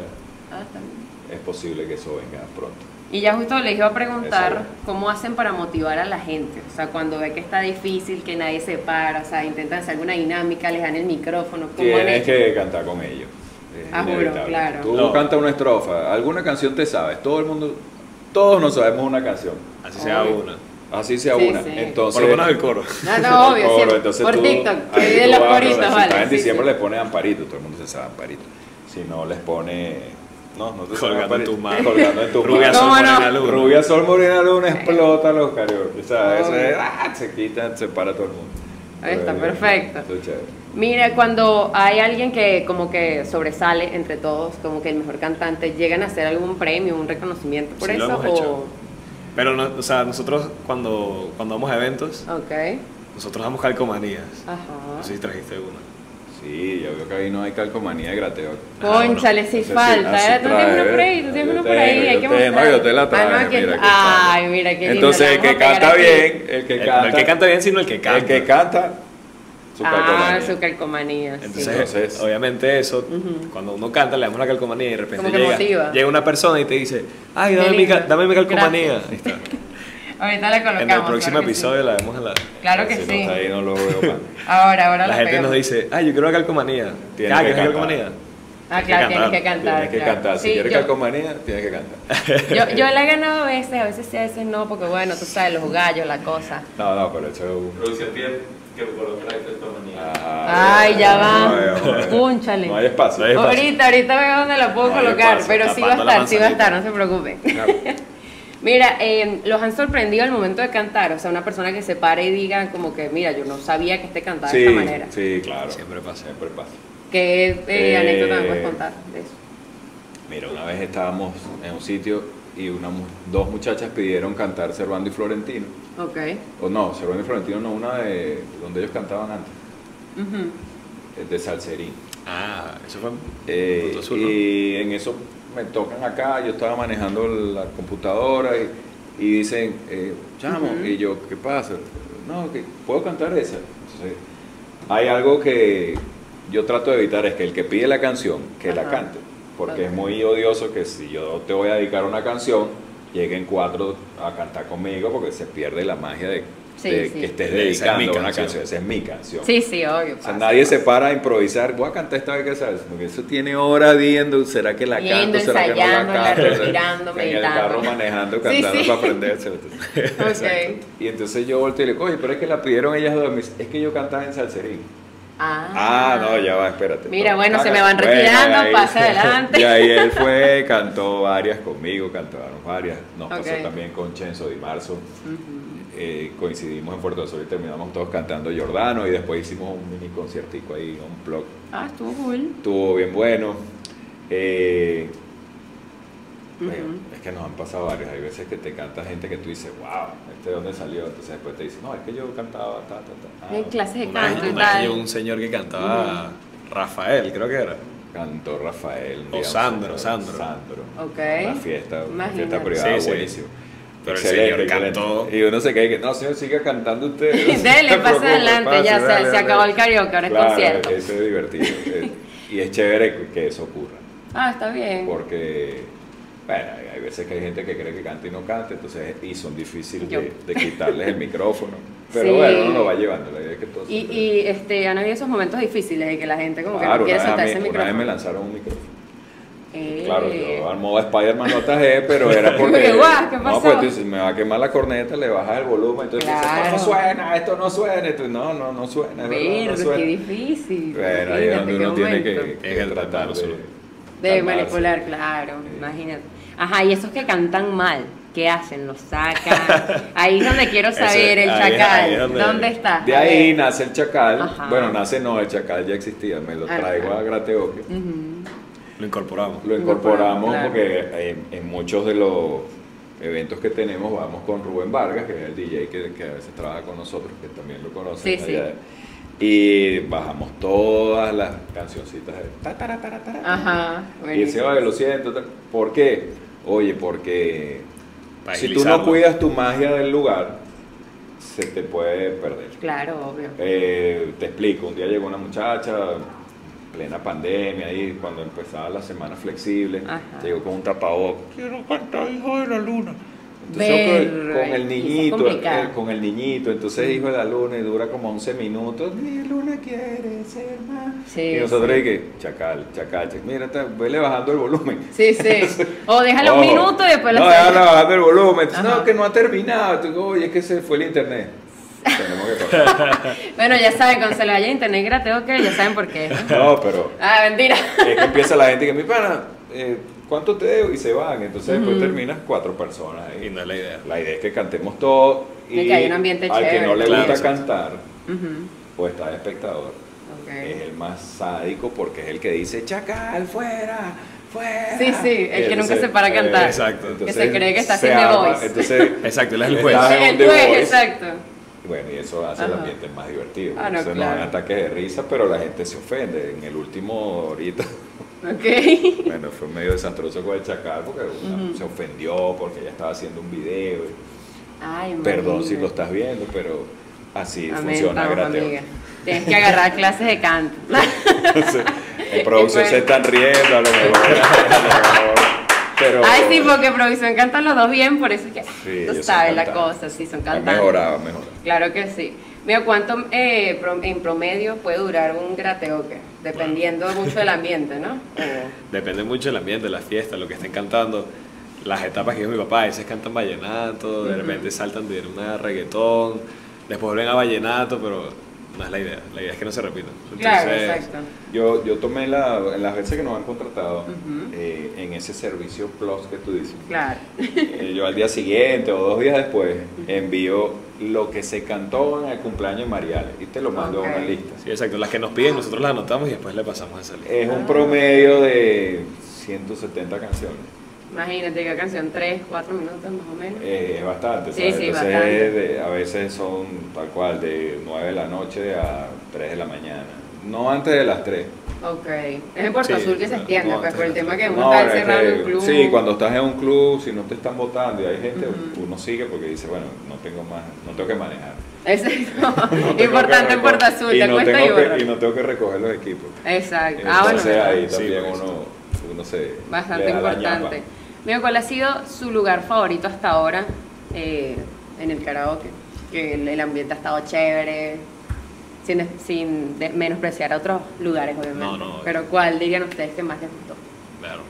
Ah, está bien. es posible que eso venga pronto. Y ya justo les iba a preguntar Exacto. cómo hacen para motivar a la gente. O sea, cuando ve que está difícil, que nadie se para, o sea, intentan hacer alguna dinámica, les dan el micrófono. ¿Cómo han Tienes hecho? que cantar con ellos. Es Ah, juro, inevitable. claro. Tú No. canta una estrofa, alguna canción te sabes, todo el mundo, todos nos sabemos una canción, Así sea Obvio. una. así sea Sí, una. sí. Entonces, Por lo menos el coro. No, no, obvio, Coro, siempre. entonces por tú- TikTok, ahí ahí de tú los vas, coritos, si vale. está en sí, diciembre sí. les pones amparito, todo el mundo se sabe amparito. Si no les pone, no, no te sabe Colgando en Amparito, tu mano. Colgando en tu Rubia mano. ¿Cómo Sol no? Morena Luna. Rubia Sol Morena Luna explota los karaoke. O sea, eso Obvio. es, ah, se quitan, se para todo el mundo. Ahí está, Pero, perfecto. eso es chévere. Mira, cuando hay alguien que como que sobresale entre todos, como que el mejor cantante, llegan a hacer algún premio, un reconocimiento por Sí, lo eso hemos hecho. Pero, no- o sea, nosotros cuando, cuando vamos a eventos, o Ok. nosotros damos calcomanías. Ajá. No sé si trajiste una. Sí, yo veo que ahí no hay calcomanía de grateo. Conchale, si Entonces, falta. así eh, Tú tienes ah, trae, uno por ahí, tú ¿ves? tienes Yo uno por tengo, ahí, hay yo que tengo, mostrar. No, yo te la traje, Ah, no, aquí mira, aquí está. Ay, mira qué lindo. Entonces, la el que vamos a pegar canta aquí. bien, el que El- canta, no el que canta bien, sino el que canta. el que canta, su Ah, calcomanía. su calcomanía. sí. Entonces, Entonces- obviamente eso, Ujú. cuando uno canta, le damos una calcomanía y de repente Como que motiva. llega, llega una persona y te dice, ay, Qué dame mi, lindo. cal- dame mi calcomanía. Ahí está. Ahorita la colocamos. En el próximo claro que sí. episodio la vemos en la... Claro que Si no sí. está ahí, no lo veo más. Ahora, ahora La la gente nos pegamos. dice, ay, yo quiero una calcomanía. Tienes ah, que ¿quieres cantar. calcomanía? Ah, Tienes que claro, tienes que cantar, cantar. Tienes que claro. cantar. Si Sí, quieres yo- calcomanía, tienes que cantar. Yo, yo la he ganado a veces, a veces sí, a veces no, porque bueno, tú sabes, los gallos, la cosa. No, no, pero eso es un... Producción pide que coloque la criptomanía. Ah, Ay, ya no veo, va. no veo. Púnchale. No hay espacio. No hay espacio. Ahorita, ahorita veo dónde la puedo No, hay colocar, espacio, pero sí va a tapando la estar, sí va a estar, manzanita. no se preocupen. Mira, eh, los han sorprendido al momento de cantar, o sea, una persona que se pare y diga como que, mira, yo no sabía que este cantaba de Sí, esta manera. sí, claro. Siempre pasa. Siempre pasa. ¿Qué eh, Eh, anécdota me puedes contar de eso? Mira, una vez estábamos en un sitio y una mu- dos muchachas pidieron cantar Cervando y Florentino. Ok. O no, Cervando y Florentino no, una de donde ellos cantaban antes, Ujú. eh, de Salserín. Ah, eso fue... Eh, Punto Azul, ¿no? y en eso me tocan acá, yo estaba manejando la computadora y, y dicen, eh, chamo, Ujú. y yo, ¿qué pasa? No, que ¿puedo cantar esa? Entonces, hay algo que yo trato de evitar, es que el que pide la canción, que la Ajá. cante, porque es Ok. muy odioso que si yo te voy a dedicar una canción, lleguen cuatro a cantar conmigo porque se pierde la magia de, Sí, de sí. que estés Esa es mi dedicando una canción. canción, esa es mi canción. Sí, sí, obvio. O sea, pasa, nadie se pasa. para a improvisar, voy a cantar esta vez que sabes, porque eso tiene horas viendo, ¿será que la Viendo, canto? ¿Será que no ensayando, en la la canto? respirando, en el meditando. carro manejando, Sí, cantando sí. para aprenderse. Ok. Y entonces yo volteo y le digo, oye, pero es que la pidieron ellas dos, Me dice, es que yo cantaba en salserín. Ah, no, ya va, espérate. Mira, No, bueno, se caga. me van Bueno, retirando, ahí- pasa adelante. Y ahí él fue, cantó varias conmigo, cantaron varias. Nos Ok. pasó también con Chenzo Di Marzo. Ujú. Eh, coincidimos en Puerto del Sol y terminamos todos cantando Jordano y después hicimos un mini conciertico ahí, un blog Ah, estuvo cool. estuvo bien bueno. Eh, bueno, Ujú. Es que nos han pasado varios. Hay veces que te canta gente que tú dices, wow, ¿este de dónde salió? Entonces después te dicen, no, es que yo cantaba, ta, ta, ta. Ah, Hay clases de Una vez- canto y una vez tal. llegó un señor que cantaba Rafael, creo que era. Cantó Rafael. O digamos, Sandro, señor, Sandro. Ok. Una fiesta, una Imagínate. fiesta privada Sí, sí. buenísima. Pero el Excelente, señor excelente. cantó. Y uno se cae que, no, señor, siga cantando usted. No se Dele, preocupe, pasa adelante, pase, ya se, dale, se dale. acabó el karaoke, ahora es Claro, concierto. Eso es divertido. eh, y es chévere que eso ocurra. Ah, está bien. porque bueno, hay veces que hay gente que cree que canta y no canta, entonces y son difíciles Yo. de, de quitarles el micrófono. Pero Sí. bueno, uno lo va llevando, la idea es que todo se Y, entienda. y este, han habido esos momentos difíciles de que la gente como que Claro, no quiere una vez a soltar mí- ese una vez me micrófono. lanzaron un micrófono. Eh, Claro, yo al modo Spider-Man no atajé, pero era Porque, porque. guau, ¿qué No, pasó? pues tú dices, me va a quemar la corneta, le bajas el volumen, entonces dices, Claro. esto no suena, esto no suena, esto no, no, no suena, es verdad, no Verde, qué suena. difícil. Bueno, ahí es imagínate donde qué uno tiene momento. que, que Tienes que tratar tratarlo de, solo. De calmarse. manipular, claro, Sí. imagínate. Ajá, y esos que cantan mal, ¿qué hacen? ¿Los sacan? Ahí es donde quiero saber Ese- el ahí es- chacal. ahí es donde- ¿Dónde está? De A ahí ver. nace el chacal. Ajá. Bueno, nace no, el chacal ya existía. Me lo Ajá. traigo a Grateoque. Ujú. Lo incorporamos. Lo incorporamos Claro. porque en, en muchos de los eventos que tenemos vamos con Rubén Vargas, que es el DJ que, que a veces trabaja con nosotros, que también lo conocen. Sí, sí. allá. Y bajamos todas las cancioncitas. de ta, ta, ra, ta, ra, ta, ra. Ajá, Y ese buenísimo. va, lo siento. tal". ¿Por qué? Oye, porque para si tú no agilizarlo. cuidas tu magia del lugar, se te puede perder. Claro, obvio. Eh, te explico, un día llegó una muchacha, plena pandemia, ahí cuando empezaba la semana flexible, Ajá. llegó con un tapabocas, quiero cantar Hijo de la Luna. Ver, Entonces, con, con el es niñito, complicado. eh, con el niñito, entonces Hijo de la Luna y dura como 11 minutos, mi luna quiere ser más. Sí, y nosotros sí. dije, chacal, chacal, chacal, mira, está- vele bajando el volumen. Sí, sí. O déjalo un Ojo. minuto y después lo No, sacas. déjalo bajando el volumen. Entonces, Ajá. no, que no ha terminado. Tú, Oye, es que se fue el internet. Tenemos que cortar. Bueno, ya saben, cuando se le vaya internet gratis, que ya saben por qué. No, pero Ah, mentira. es que empieza la gente que mi pana, eh, ¿cuánto te debo? Y se van. Entonces después terminas cuatro personas. ahí. Y no es la idea. La idea es que cantemos todos. Y Y que haya un ambiente al chévere. que no le Claro, gusta exacto. cantar Ujú, o está de espectador, ok. es el más sádico porque es el que dice, chacal, fuera, fuera. Sí, sí, el que nunca se para a eh, cantar. Exacto. Que se cree que está se haciendo arma, voice. Entonces, Exacto, él es el estás juez. en ah, un El The juez, Voice. exacto. Y Bueno, y eso hace el Ajá. ambiente más divertido. Ah, no, Entonces nos claro. dan ataques de risa, pero la gente se ofende. En el último, ahorita, Ok. Bueno, fue medio desastroso con el chacal porque una Ujú. se ofendió porque ella estaba haciendo un video. y- Ay, Perdón si imagínate. lo estás viendo, pero así Amén, funciona estamos, Grateo. amiga. Tienes que agarrar clases de canto. En producción se están riendo, a lo mejor. a lo mejor, pero Ay, sí, porque producción cantan los dos bien, por eso es que Sí, tú ellos son sabes la cantantes. cosa, sí, son ha cantantes. mejorado, ha mejorado. Claro que sí. Mira, ¿cuánto eh, pro- en promedio puede durar un grateoque? Dependiendo mucho del ambiente, ¿no? O- Depende mucho del ambiente, la fiesta, lo que estén cantando, las etapas que es mi papá. A veces cantan vallenato, de repente saltan de una a reggaetón, después vuelven a vallenato, pero no es la idea. La idea es que no se repitan. Claro, Entonces, exacto. Yo, yo tomé la, en las veces que nos han contratado Ujú. eh, en ese servicio plus que tú dices. Claro. Eh, Yo al día siguiente o dos días después envío lo que se cantó en el cumpleaños de Mariale y te lo mando a Ok. una lista. Sí, exacto. Las que nos piden nosotros las anotamos y después le pasamos a salir. Es un promedio de 170 canciones. Imagínate que canción, tres, cuatro minutos más o menos. Eh, es bastante, Sí, ¿sabes? sí, Entonces, bastante. de- a veces son tal cual, de 9 de la noche a 3 de la mañana. No antes de las 3. Ok. Es en Puerto Sí, Azul que se claro. extiende, No, pues, por el tema que uno No, está es encerrado en que- un club. Sí, cuando estás en un club, si no te están votando y hay gente, Ujú. uno sigue porque dice, bueno, no tengo más, no tengo que manejar. Exacto. No tengo que Importante en recoger- Puerto Azul, y te no cuesta tengo que- borrar. y no tengo que recoger los equipos. Exacto. Ah, bueno. Entonces ahí Sí, también por eso. uno, uno se. Bastante le da la importante. ñapa. Mira, ¿cuál ha sido su lugar favorito hasta ahora eh, en el karaoke? Que el, el ambiente ha estado chévere, sin, sin de- menospreciar a otros lugares, obviamente. No, no. Pero ¿cuál dirían ustedes que más les Pues gustó? Claro.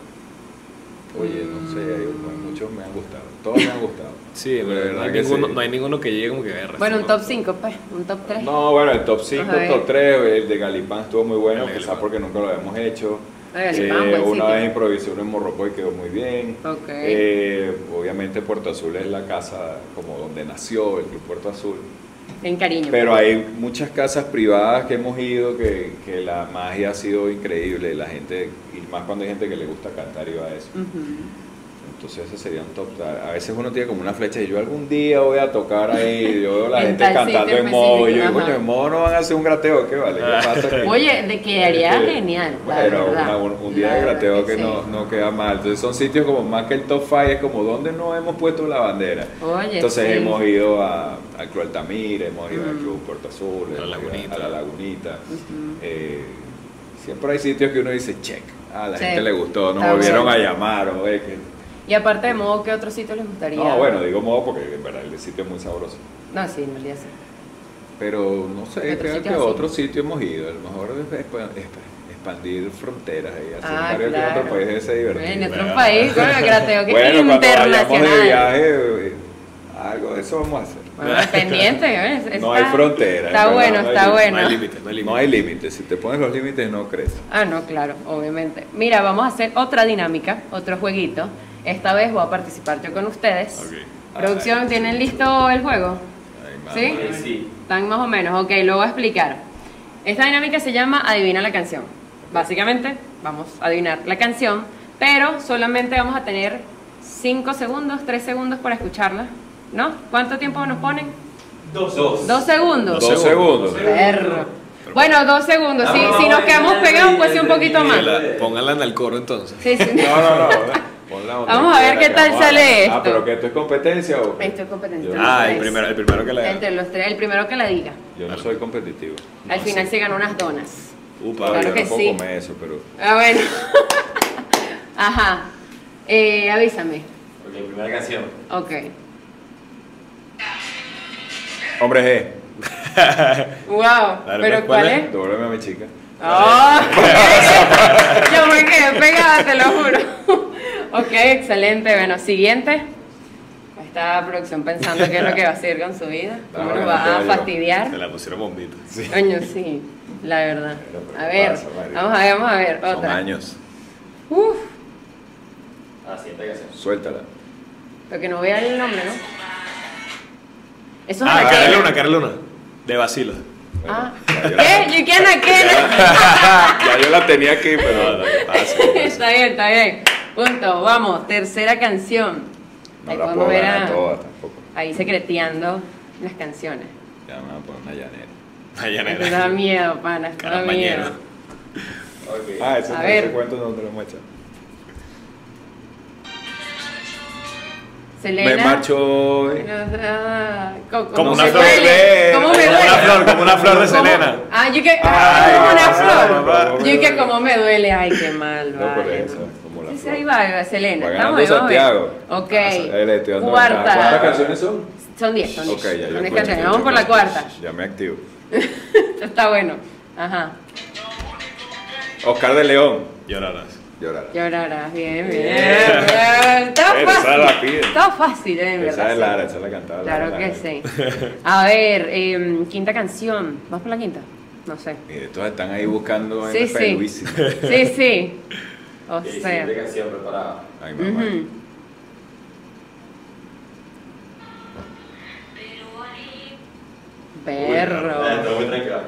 Oye, no Mm. sé, hay un- muchos me han gustado. Todos me han gustado. Sí, De pero no, hay que ninguno, sí. no hay ninguno que llegue como que este agarre. Bueno, un top 5, pues, un top 3. No, bueno, el top 5, Ajá, eh. top 3, el de Galipán estuvo muy bueno, El de quizás Galipán. porque nunca lo habíamos hecho. El de Galipán, Eh, buen una sitio. vez improvisé uno en Morrocoy y quedó muy bien. Ok. Eh, obviamente Puerto Azul es la casa como donde nació el Club Puerto Azul. En cariño. Pero hay muchas casas privadas que hemos ido que, que la magia ha sido increíble, la gente, y más cuando hay gente que le gusta cantar y va a eso. Ujú. Entonces ese sería un top. A veces uno tiene como una flecha y yo algún día voy a tocar ahí, yo veo la En gente tal cantando sitio en modo, y yo digo, específico, coño, ajá. en modo no van a hacer un grateo, ¿qué vale? ¿Qué pasa aquí?" Oye, de quedaría Este, genial. la Bueno, verdad. una- un, un día La de verdad grateo que, sí. no, no queda mal. Entonces son sitios como más que el top 5, es como donde no hemos puesto la bandera. Oye, Entonces sí. hemos ido a, al Club Altamira, hemos ido al Mm. Club Puerto Azul, hemos La ido Lagunita. a la Lagunita. Ujú. Eh, siempre hay sitios que uno dice, check, a la Sí. gente le gustó, nos Está volvieron bueno. a llamar. o, "Oye, que-". Y aparte de modo, ¿qué otro sitio les gustaría? No, bueno, digo modo porque en verdad el sitio es muy sabroso. No, sí, en realidad sí. Pero no ¿Qué sé, otro creo sitio que a así? otro sitio hemos ido. A lo mejor es expa- expa- expandir fronteras y hacer Ah, varios que claro. otro país debe ser divertido. En otro Bueno. país, con el grateo que bueno, cuando vayamos de internacional. viaje, eh, algo de eso vamos a hacer. Bueno, pendiente, ¿ves? Está- No hay Está frontera. en verdad, bueno, no hay está límite. bueno. No hay límite, no hay límite. No hay límites. Si te pones los límites, no crees. Ah, no, claro, obviamente. Mira, vamos a hacer otra dinámica, otro jueguito. Esta vez voy a participar yo con ustedes. Ok. Producción, Ay, ¿tienen sí. listo el juego? Ay, mamá. ¿Sí? Eh, sí. Están más o menos, ok, lo voy a explicar. Esta dinámica se llama Adivina la canción. Básicamente, vamos a adivinar la canción, pero solamente vamos a tener 5 segundos, 3 segundos para escucharla, ¿no? ¿Cuánto tiempo nos ponen? Dos. Dos. 2 segundos. Dos segundos. Dos Perro. Bueno, dos segundos. Si, si nos quedamos pegados, pues sí, un poquito más. Pónganla póngala en el coro entonces. Sí, sí. No, no, no. Ponla donde Vamos a ver quiera, qué que tal vamos a- sale Ah, esto. pero que esto es competencia o. qué? Esto es competencia. Yo- Ah, el primero, el primero que la. Entre los tres, el primero que la diga. Yo no soy competitivo. Al No, final sí. se gana unas donas. Upa, Claro yo que no puedo sí. comer eso, pero. Ah, bueno. Ajá. Eh, avísame. Ok, primera canción. Ok. Hombre G. Wow. Dale, ¿Pero pues, ¿cuál cuál es? es? Devuélveme a mi chica. Ah, Yo me quedé pegada, te lo juro. Ok, excelente. Bueno, siguiente. Está producción pensando qué es lo que va a hacer con su vida. Ah, ¿Cómo bueno, nos va a te digo. Se fastidiar? la pusieron bombita. Coño, sí, la verdad. A ver, Pasa, Mario. vamos a ver, vamos a ver. Son Otra. años. Uf, La Ah, siguiente canción. Suéltala. lo que no vea el nombre, ¿no? Eso es Ah, Raquel. Cara Luna, Cara Luna. De vacilo. Ah, ya, yo ¿qué? ¿You can again? la, ya yo la tenía aquí, pero. No, no, que pase, que pase. Está bien, está bien. Punto, vamos. Tercera canción. No Ahí la podemos puedo ver ganar a- toda tampoco. ahí secreteando las canciones. Ya me van a poner una llanera. Esto da Mayanera. miedo, pana, esto da Caramañero. miedo. Ok. Ah, ese, A ver. ese cuento no te lo hemos echado. Selena. Me eh. marcho hoy. Ah, co- como, Como una se flor. duele, ¿Cómo me Como duele? una flor, como una flor de ¿Cómo? Selena. Ah, yo que. Ay, como una no, flor. no, no, no, yo no, que no. como me duele. Ay, qué mal. No, vale, por eso, no. como la Sí, sí, flor. ahí va, Selena. Va Estamos ganando bien, vamos bien. Santiago. Ah, Ok. Ahí le estoy dando ventaja. ¿Cuántas cuarta. canciones son? Son 10, son 10. Ok, ya, son yo 10 escucho, canciones. yo Vamos por la escucho. cuarta. Ya me activo. Está bueno. Ajá. Oscar de León. Llorarás. Llorará. Llorarás. Bien, bien. Bien. bien. Está Esa la fácil. pide. Está fácil, eh, en Esa verdad. es Lara, esa la cantaba. Lara, Claro que Lara. sí. A ver, em, quinta canción. ¿Vamos por la quinta? No sé. Mire, todos están ahí buscando en Sí, el sí. Sí, sí. O Ok, sea. siguiente canción preparada. Ay, mamá. ujú. Ah, Perro. está muy tranquila.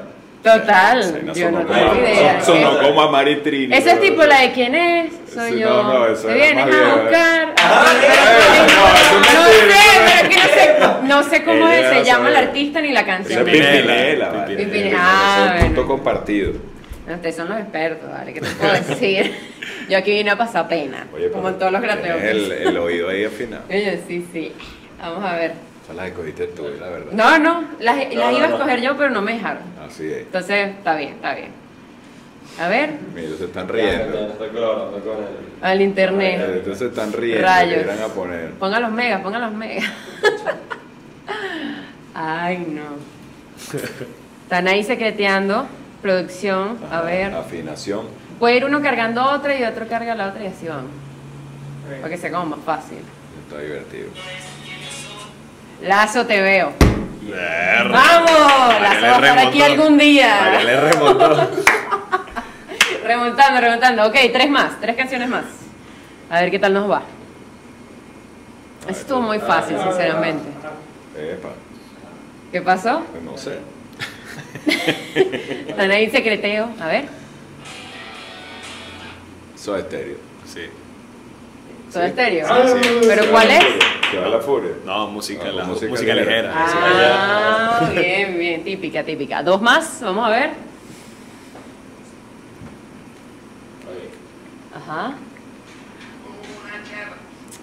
Sí, Total. no Yo sonó no como- tengo no, idea. son- Sonó ¿eh? como a Mari Trini. Esa es pero- tipo la de quién es, soy Sí, yo. no, no, esa Te era vienes más a vieja. buscar. Ah, Pero- esa, no, eso es no mentira. sé, pero que no sé, no sé cómo Ella es- se sabe. llama el artista ni la Esa es canción. Pimpinela, Pimpinela. vale. Pimpinela. Pimpinela, ah, Eso es bueno. Punto compartido. No, ustedes son los expertos, ¿vale? ¿Qué te puedo decir? Yo aquí vine a pasar pena, Oye, como pero en todos los tienes grateos. El, el oído ahí afinado. Oye, sí, sí. Vamos a ver. O sea, las escogiste tú, la verdad. No, no, las, No, las no, iba a no. escoger yo, pero no me dejaron. Así es. Entonces, está bien, está bien. A ver, Mira, ellos se están Ya, riendo. Estoy cloro, estoy con el. al internet. Entonces se están riendo. Rayos. Rayos. Que irán a poner. Pongan los megas, pongan los megas. Ay, no. Están ahí secreteando. Producción, a Ajá, ver. Afinación. Puede ir uno cargando otra y otro carga la otra y así vamos. Para que sea como más fácil. Está divertido. Lazo, te veo. Verga. ¡Vamos! Para Lazo que le va a estar aquí remontó. algún Para que día. le remontó. Remontando, remontando. Ok, tres más, tres canciones más. A ver qué tal nos va. Eso estuvo muy fácil, sinceramente. Epa, ¿Qué pasó? pues no sé. Están ahí secreteo. A ver. Soy estéreo. Sí. Son estéreo. Sí, sí. ¿Pero Se cuál va la es? furia, Se va la furia. No, música, Ah, la, música música, ligera. ligera. Ah, bien, bien, típica, típica. Dos más, vamos a ver. Oye, Ajá.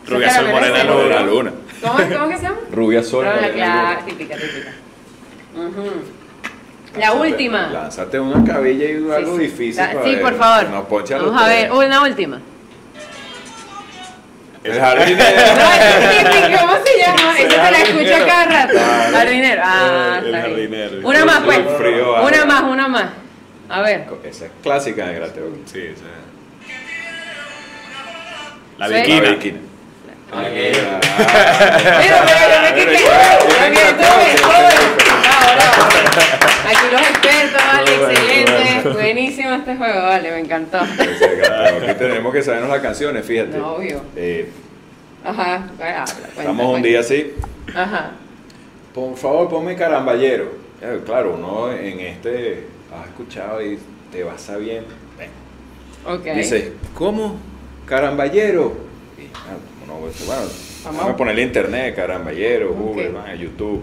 Rubia Sol Claro, Morena ese. Pero la Luna. luna. ¿Cómo, es- cómo es que se llama? Rubia sol. Pero la morena clave, luna. típica, típica. Ujú. La Lánzate- última. Lánzate una cabilla y Sí, algo sí. difícil. La- para sí, ver. por favor. No, poncha los Vamos a ver, tres. una última. El jardinero. No, esa es típica, ¿cómo se llama? Sí, Esa se la escucha jardinero. cada rato. Claro. Eh, Jardinero. Ah, El está bien. jardinero. Una más, pues. El frío, ah. Una más, una más. A ver. Esa es clásica de Grateo. Sí, o sea. La Sí. viquina. La viquina. Ah, Tranquila. Mira, pero yo me quité. Muy bien, todo bien, todo bien. Bravo, bravo. Aquí los expertos, vale, Muy bueno, excelente. muy bueno. Buenísimo este juego, vale, me encantó. Ese es Grateo. Aquí tenemos que sabernos las canciones, fíjate. No, obvio. Eh, Ajá, habla, cuenta, estamos un cuenta. día así. Ajá. Por favor, ponme carambayero. Eh, Claro, uno en este has escuchado y te vas sabiendo. Ven. Ok. Dice, ¿cómo? Carambayero. Y, ah, uno, pues, bueno, Vamos. vamos a ponerle internet, carambayero, Ok. Google, man, YouTube.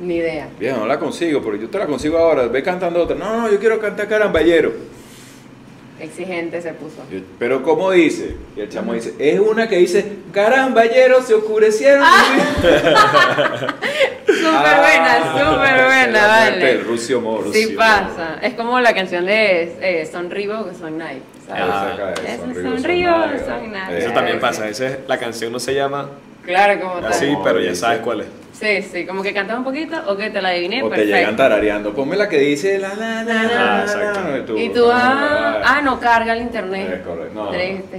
Ni idea. Bien, no la consigo, pero yo te la consigo ahora. Ve cantando otra. No, no, yo quiero cantar carambayero. Exigente se puso. Yo, Pero ¿cómo dice? Y el chamo dice, es una que dice, carambayero, se oscurecieron. Ah, Súper buena, súper buena, El vale. Rusio Moro. Sí Rusio pasa. Es como la canción de eh, Sonribo o Son Night. ¿sabes? Ah, Es un Sonrío, sonrío, sonrío. sonrío. Eh, Eso también pasa. A veces la canción no se llama Claro, como tal. así, No, pero ya dice. sabes cuál es. Sí, sí, como que cantas un poquito o que te la adiviné, O te perfecto. llegan tarareando. Ponme la que dice la la la la. Ah, exacto. la, la, Y tú, ah, ah, no carga el internet. Es correcto. No, no, no. Triste.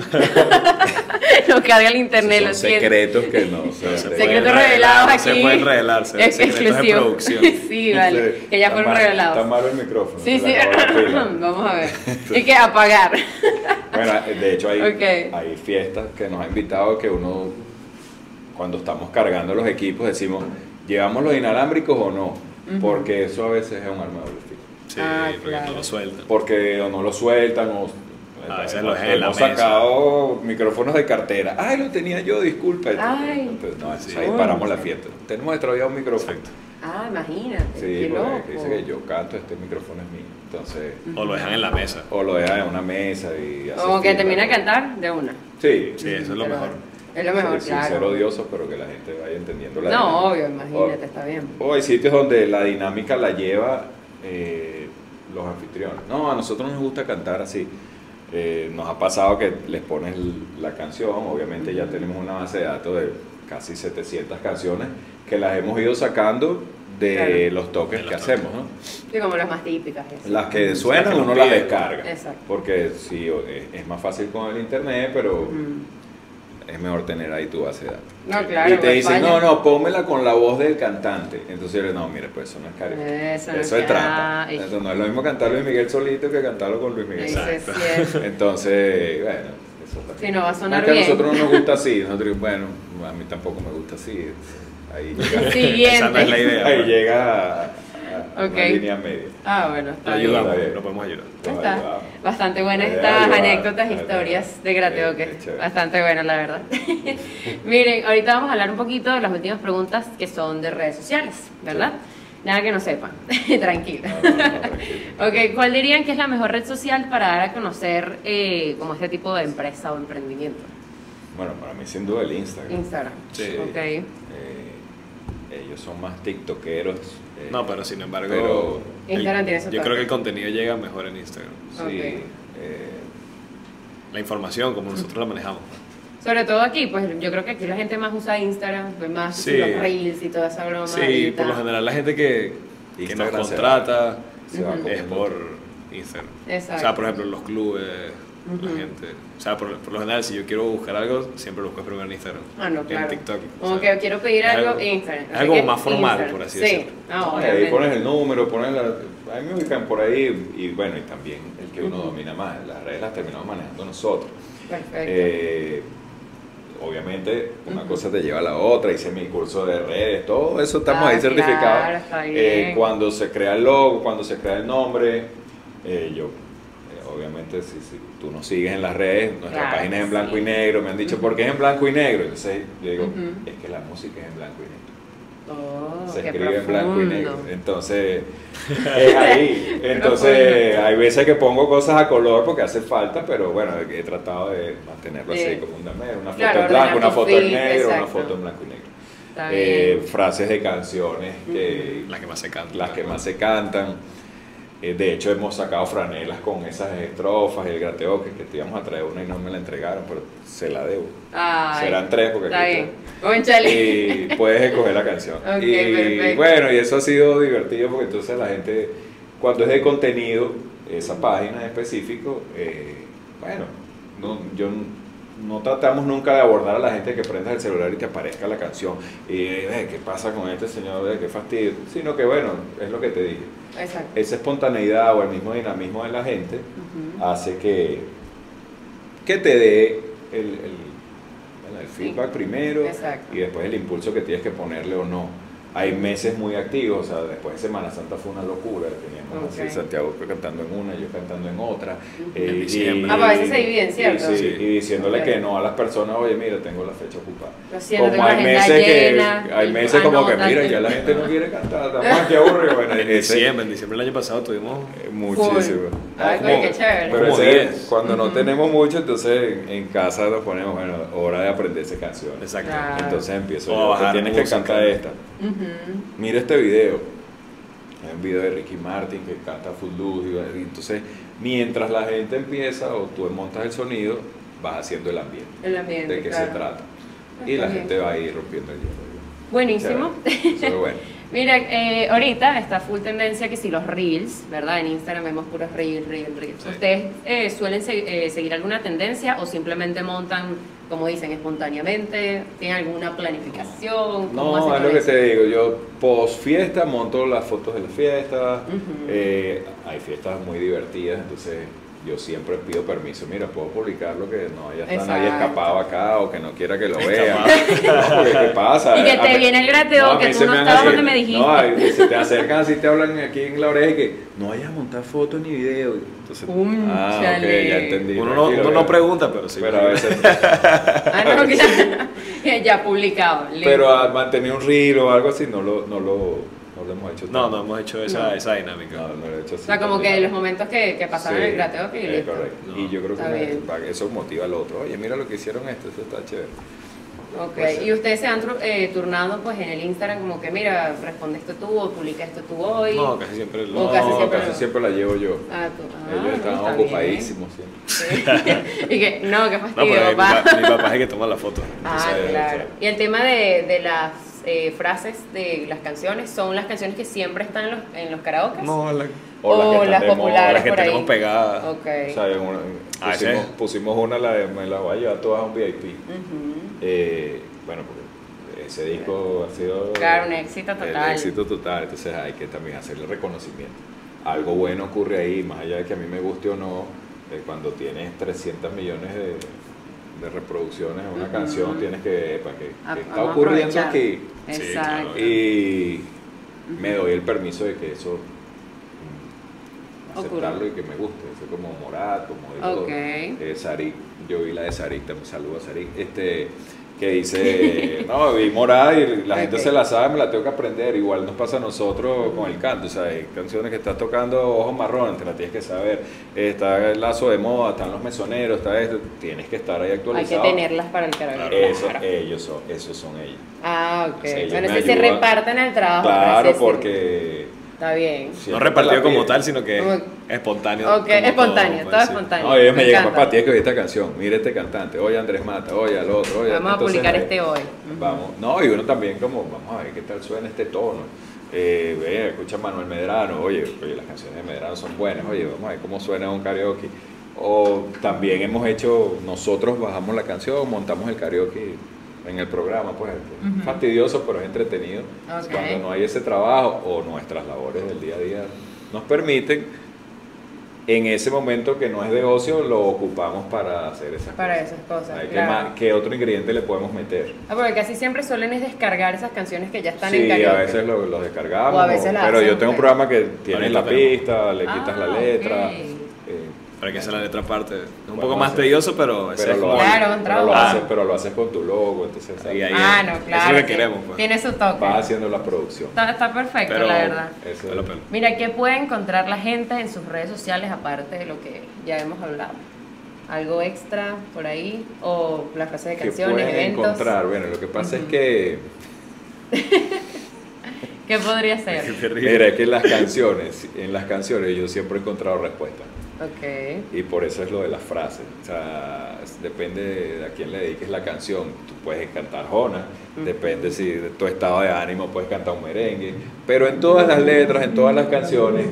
no carga el internet, lo Son siento. secretos que no se se revelan. Secretos pueden revelar, revelados no aquí. se pueden revelar, se- Es secretos de exclusivo. producción. sí, vale. Sí. Que ya Está fueron mal- Está revelados. malo el micrófono. Sí, se sí. le acabó la pila. Vamos a ver. Y que apagar. Bueno, de hecho hay, Ok. hay fiestas que nos ha invitado que uno, cuando estamos cargando los equipos, decimos, ¿llevamos los inalámbricos o no? Porque eso a veces es un arma de doble filo. Sí, Ah, porque claro. no lo sueltan. Porque o no lo sueltan o... A veces lo dejan en Ah, la hemos mesa. sacado micrófonos de cartera. Ay, lo tenía yo, disculpa. Ay. Entonces, no, entonces Sí. ahí paramos la fiesta. Tenemos extraviado un micrófono. Ah, imagínate. Sí, qué porque loco. es que dice que yo canto, este micrófono es mío. Entonces, O lo dejan en la mesa. o lo dejan en una mesa y así. Como que termina de cantar de una. Sí, Sí, eso es lo Pero mejor. Es lo mejor, Sí, sin ser claro. odioso, pero que la gente vaya entendiendo la No, dinámica. obvio, imagínate, está bien. O, o hay sitios donde la dinámica la lleva eh, los anfitriones. No, a nosotros nos gusta cantar así. Eh, nos ha pasado que les pones l- la canción, obviamente ya tenemos una base de datos de casi 700 canciones que las hemos ido sacando de Claro. los toques De los que toques. hacemos, ¿no? Sí, como las más típicas. y así. Las que suenan, que nos uno las piden. descarga. Exacto. Porque sí, o- es es más fácil con el internet, pero Mm. es mejor tener ahí tu base de datos. No, claro. pues, y te dicen, España. no, no, pónmela con la voz del cantante. Entonces yo le digo, no, mira, pues eso no es karaoke. Eso Eso, no es es trampa. karaoke. Entonces no es lo mismo cantar Luis Miguel solito que cantarlo con Luis Miguel. Eso es Exacto. cierto. Entonces, bueno, eso es Sí, no va a sonar Aunque bien. a nosotros no nos gusta así. Nosotros, digo, bueno, a mí tampoco me gusta así. Ahí llega, Siguiente. Esa no es la idea. ahí llega a, a Ok. una línea media. Ah, bueno, está Lo bien. Ayuda. ayudamos, bien. lo podemos ayudar. Ya Está. Ahí va. Bastante buenas Ahí estas va. anécdotas, Ahí va. historias de grateo Eh, que eh, chévere. bastante buenas la verdad. Miren, ahorita vamos a hablar un poquito de las últimas preguntas que son de redes sociales, ¿verdad? Nada que no sepan, tranquila. Ok, ¿cuál dirían que es la mejor red social para dar a conocer eh, como este tipo de empresa o emprendimiento? Bueno, para mí sin duda el Instagram. Instagram. Sí. Ok. Eh, ellos son más tiktokeros. eh, No, pero sin embargo. Pero- el- Instagram tiene su Yo creo toque. que el contenido llega mejor en Instagram. sí, ok. eh, La información, como nosotros la manejamos. Sobre todo aquí, pues yo creo que aquí la gente más usa Instagram, pues más Sí. los reels y toda esa broma. Sí, y por lo tal. general la gente que, que nos Instagram se contrata se va Ujú. comiendo es por Instagram. Exacto. O sea, por ejemplo, los clubes, la Ujú. gente. O sea, por, por lo general, si yo quiero buscar algo, siempre lo busco primero en Instagram. Ah, no, claro. En TikTok. o Como sea, que quiero pedir es algo algo- en Instagram. no es sé algo qué, más formal, Instagram. por así sí. decirlo. No, Ahí obviamente. Eh, pones el número, pones la... A mí me ubican por ahí y bueno, y también el que uno domina más. Las redes las terminamos manejando nosotros. Perfecto. Eh, obviamente, una Ujú. cosa te lleva a la otra. Hice mi curso de redes, todo eso estamos Ah, ahí certificados. claro, está bien. Eh, cuando se crea el logo, cuando se crea el nombre, eh, yo, eh, obviamente, si, si tú nos sigues en las redes, nuestra Claro, página es en sí. blanco y negro. Me han dicho, Ujú. ¿por qué es en blanco y negro? Entonces, yo digo, Ujú. es que la música es en blanco y negro Oh, se qué escribe en blanco y negro. eh. profundo. Entonces, es ahí. Entonces, Profundo. hay veces que pongo cosas a color porque hace falta, pero bueno, he tratado de mantenerlo así Sí. como un damero. Una foto Claro, en blanco, ordenar una tu foto en feed, negro, una exacto. foto en blanco y negro. Está Eh, bien. frases de canciones que, Las que más se cantan. las que más se cantan. Eh, de hecho, hemos sacado franelas con esas estrofas y el grateo que, que te íbamos a traer una y no me la entregaron, pero se la debo. Ay, serán tres, porque Está aquí bien. Eh, Cónchale. y puedes escoger la canción. Ok, y perfecto. bueno, y eso ha sido divertido porque entonces la gente, cuando es de contenido, esa página en específico, eh, bueno, no, yo n- no tratamos nunca de abordar a la gente que prendas el celular y te aparezca la canción. Y eh, qué pasa con este señor, Eh, qué fastidio. Sino que bueno, es lo que te dije. Exacto. Esa espontaneidad o el mismo dinamismo de la gente Ujú. hace que, que te dé el, el- el feedback primero Exacto. y después el impulso que tienes que ponerle o no. Hay meses muy activos, o sea, después de Semana Santa fue una locura, teníamos Ok. así Santiago cantando en una, yo cantando en otra. Ujú. eh, En diciembre. Ah, pues a veces se dividen, ¿cierto? Y, sí, y diciéndole Ok. que no a las personas, oye, mira, tengo la fecha ocupada. Lo siento, tengo la hay agenda meses llena, Ah, que, hay meses como que, mira, ya la gente no quiere cantar, está más que aburrido. Bueno, En ese- diciembre, en diciembre del año pasado tuvimos. eh, Muchísimo. Full. Ay, Como- qué chévere. Pero Como ese- 10. cuando no Ujú. tenemos mucho, entonces en, en casa nos ponemos, bueno, hora de aprenderse canciones. Exacto. Claro. Entonces empiezo O yo, bajar tienes que música. cantar esta. Ujú. Mira este video. Hay un video de Ricky Martin que canta Full Luz. y- y entonces, mientras la gente empieza o tú montas el sonido, vas haciendo el ambiente. El ambiente. de qué claro. se trata. Y la Está bien. gente va a ir rompiendo el hielo. Buenísimo. Chévere. Eso es bueno. Mira, eh, ahorita está full tendencia que si los reels, ¿verdad? En Instagram vemos puros reels, reels, reels. Sí. ¿Ustedes eh, suelen se- eh, seguir alguna tendencia o simplemente montan, como dicen, espontáneamente? ¿Tienen alguna planificación? ¿Cómo hacen No, es con lo que eso? te digo. Yo post fiesta monto las fotos de las fiestas. Ujú. Eh, hay fiestas muy divertidas, entonces yo siempre pido permiso. Mira, puedo publicar lo que no haya está nadie Exacto. escapado acá o que no quiera que lo vea. No, porque, ¿Qué pasa? Y que A te mí- viene el grateo, a que mí tú se no me han estabas acer- donde me dijiste. No, a- se te acercan así, te hablan aquí en la oreja y que no vayas a montar fotos ni videos. Entonces, ah, ok, Cónchale. ya entendí. Uno no, Tranquilo, uno no ya. pregunta, eh. pero sí. Pero a veces Ah, no, que ya, ya publicado. listo. Pero a mantener un reel o algo así no lo, no lo, no lo hemos hecho. No, no hemos hecho esa, No. esa dinámica. No, no lo he hecho o sea, como que los momentos que, que pasaron en el grateo, que es listo. correcto. No. Y yo creo que Está bien. me- eso motiva al otro. Oye, mira lo que hicieron esto, esto está chévere. Ok, Puede ser. y ustedes se han tru- eh, turnado pues en el Instagram como que mira, responde esto tú o publica esto tú hoy. No, casi siempre lo. O casi no, siempre casi lo- siempre la llevo yo. Ah, tú. ah, Ellos está estaban bien. ocupadísimos siempre. y que, no, qué No, fastidio, pero mi, papá. pa- mi papá es el que toma las fotos. Ah, Entonces, claro. o sea- Y el tema de, de las eh, frases de las canciones, ¿son las canciones que siempre están en los, en los karaokes? No, la, O que están las de moda, populares. las que por ahí. tenemos pegadas. Ok. O sea, en una- Ah, ese pusimos, es. pusimos una, la de me la voy a llevar todas a un VIP. Ujú. Eh, bueno, porque ese disco ha sido Claro, un éxito total. El éxito total, entonces hay que también hacerle reconocimiento. Algo bueno ocurre ahí, más allá de que a mí me guste o no, eh, cuando tienes 300 millones de, de reproducciones en una Ujú. canción, tienes que, epa, que, Ah, que está vamos a ocurriendo aprovechar. aquí. Sí, Exacto. claro. Y me doy el permiso de que eso mm, Ocurra. aceptarlo y que me guste, eso como Morat, como digo, Ok. eh, Sarik, yo vi la de Sarik, también saludo a Sarik, este, que dice, no, vi morada y la gente Ok. se la sabe, me la tengo que aprender. Igual nos pasa a nosotros con el canto, o sea, hay canciones que estás tocando ojos marrones, te las tienes que saber. Está el lazo de moda, están los mesoneros, está esto, tienes que estar Hay ahí que actualizado. tenerlas para el karaoke. Eso, claro. ellos son, esos son ellos. Ah, ok. Sí, ellos bueno, me si se ayudan. reparten el trabajo. Claro, entonces, sí. porque... Está bien. siempre No repartido la como piden. tal, sino que Como- es espontáneo. Ok, como todo, espontáneo, todo pues, sí. espontáneo. No, ellos me, llegan, encanta. papá, tienes que oír esta canción, mira este cantante, oye Andrés Mata, oye al otro, oye. Vamos a Entonces, publicar eh, este hoy. Vamos, no, y uno también como, vamos a ver qué tal suena este tono. Eh, ve, escucha a Manuel Medrano, oye, oye, las canciones de Medrano son buenas, oye, vamos a ver cómo suena un karaoke. O también hemos hecho, nosotros bajamos la canción, montamos el karaoke en el programa, pues Ujú. fastidioso, pero es entretenido. Ok. Cuando no hay ese trabajo o nuestras labores del día a día nos permiten, en ese momento que no es de ocio, lo ocupamos para hacer esas Para cosas. esas cosas. Hay que claro. ma- ¿Qué otro ingrediente le podemos meter? Ah, porque casi siempre suelen es descargar esas canciones que ya están en sí, karaoke. a veces lo- los descargamos. O a veces las pero yo hacen, tengo un pues. programa que tienes Ahorita la tenemos. pista, le quitas la Ah, letra. ok. eh, Para que sea la letra parte. Es un Bueno, poco más sí. tedioso, pero ese pero, es lo como- hace. haces, Claro, un pero, trabajo. lo haces, pero lo haces con tu logo, entonces ¿sabes? Ahí, ahí. Ah, no, Eso es lo claro. que sí. queremos, pues. Tiene su toque. vas haciendo la producción. Está, está perfecto, Pero- la verdad. Eso Pelo, pelo. Mira, ¿qué puede encontrar la gente en sus redes sociales aparte de lo que ya hemos hablado? ¿Algo extra por ahí? ¿O la frase de que canciones, pueden eventos? encontrar. Bueno, lo que pasa es Ujú. que, ¿Qué podría ser? Qué rico. mira, es que las canciones, en las canciones yo siempre he encontrado respuestas. ok. Y por eso es lo de las frases. O sea, es- depende de a quién le dediques la canción. Tú puedes cantar jona, depende si de tu estado de ánimo puedes cantar un merengue. Pero en todas las letras, en todas las canciones,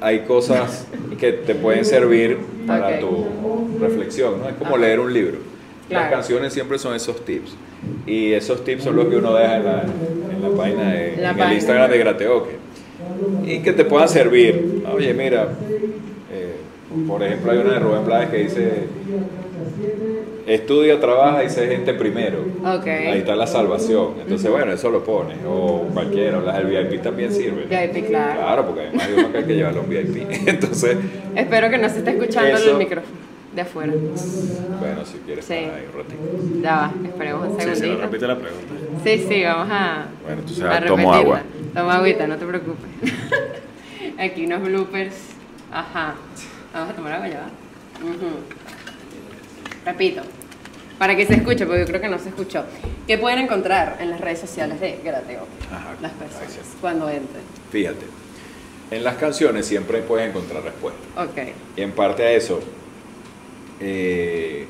hay cosas que te pueden servir para Ok. tu reflexión. ¿no? Es como Ajá. leer un libro. Las Claro. canciones siempre son esos tips. Y esos tips son los que uno deja en la, en la página de La en página. el Instagram de Grateoque. Y que te puedan servir. Oye, mira, eh, por ejemplo, hay una de Rubén Blades que dice: Estudia, trabaja y sé gente primero. Ok. Ahí está la salvación. Entonces, bueno, eso lo pones. O cualquiera. Las del VIP también sirven. VIP, claro. Claro, porque además yo creo que hay que llevarlo a un VIP. Entonces, Espero que no se esté escuchando Eso. el micrófono de afuera. bueno, si quieres, Sí. para ahí un ratito. Ya va, esperemos un Sí, se lo segundito. repite la pregunta. Sí, sí, vamos a. Bueno, entonces, a tomo repetirla. agua. Toma agüita, no te preocupes. Aquí unos bloopers. Ajá. Vamos a tomar agua ya. va. Ujú. Repito, para que se escuche, porque yo creo que no se escuchó. ¿Qué pueden encontrar en las redes sociales de Grateo? Ajá, Las personas, gracias. cuando entren. Fíjate, en las canciones siempre puedes encontrar respuestas. Ok. Y en parte a eso, eh,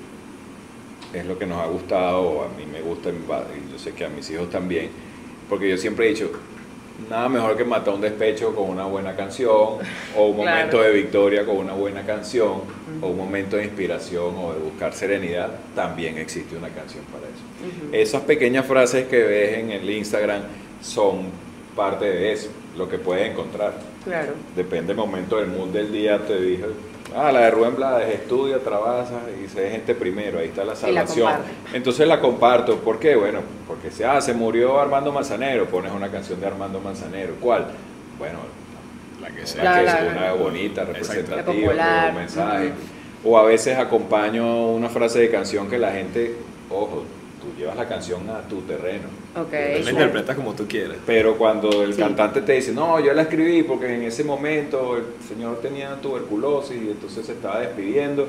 es lo que nos ha gustado, a mí me gusta, en va- y yo sé que a mis hijos también, porque yo siempre he dicho, nada mejor que matar un despecho con una buena canción, o un Claro. momento de victoria con una buena canción, o un momento de inspiración o de buscar serenidad, también existe una canción para eso. Ujú. Esas pequeñas frases que ves en el Instagram son parte de eso, lo que puedes encontrar. Claro. Depende del momento del mood del día, te dije. Ah, la de Rubén Blades, estudia, trabaja y sé gente primero, ahí está la salvación. comparte. Entonces la comparto, ¿por qué? Bueno, porque se, ah, se murió Armando Manzanero, pones una canción de Armando Manzanero. ¿Cuál? Bueno, La que la sea. La- que la- es una bonita, Exacto. representativa, La popular. con un mensaje. O a veces acompaño una frase de canción que la gente, ojo, tú llevas la canción a tu terreno. Ok. Tú La interpretas como tú quieras. Pero cuando el Sí. cantante te dice, no, yo la escribí porque en ese momento el señor tenía tuberculosis y entonces se estaba despidiendo.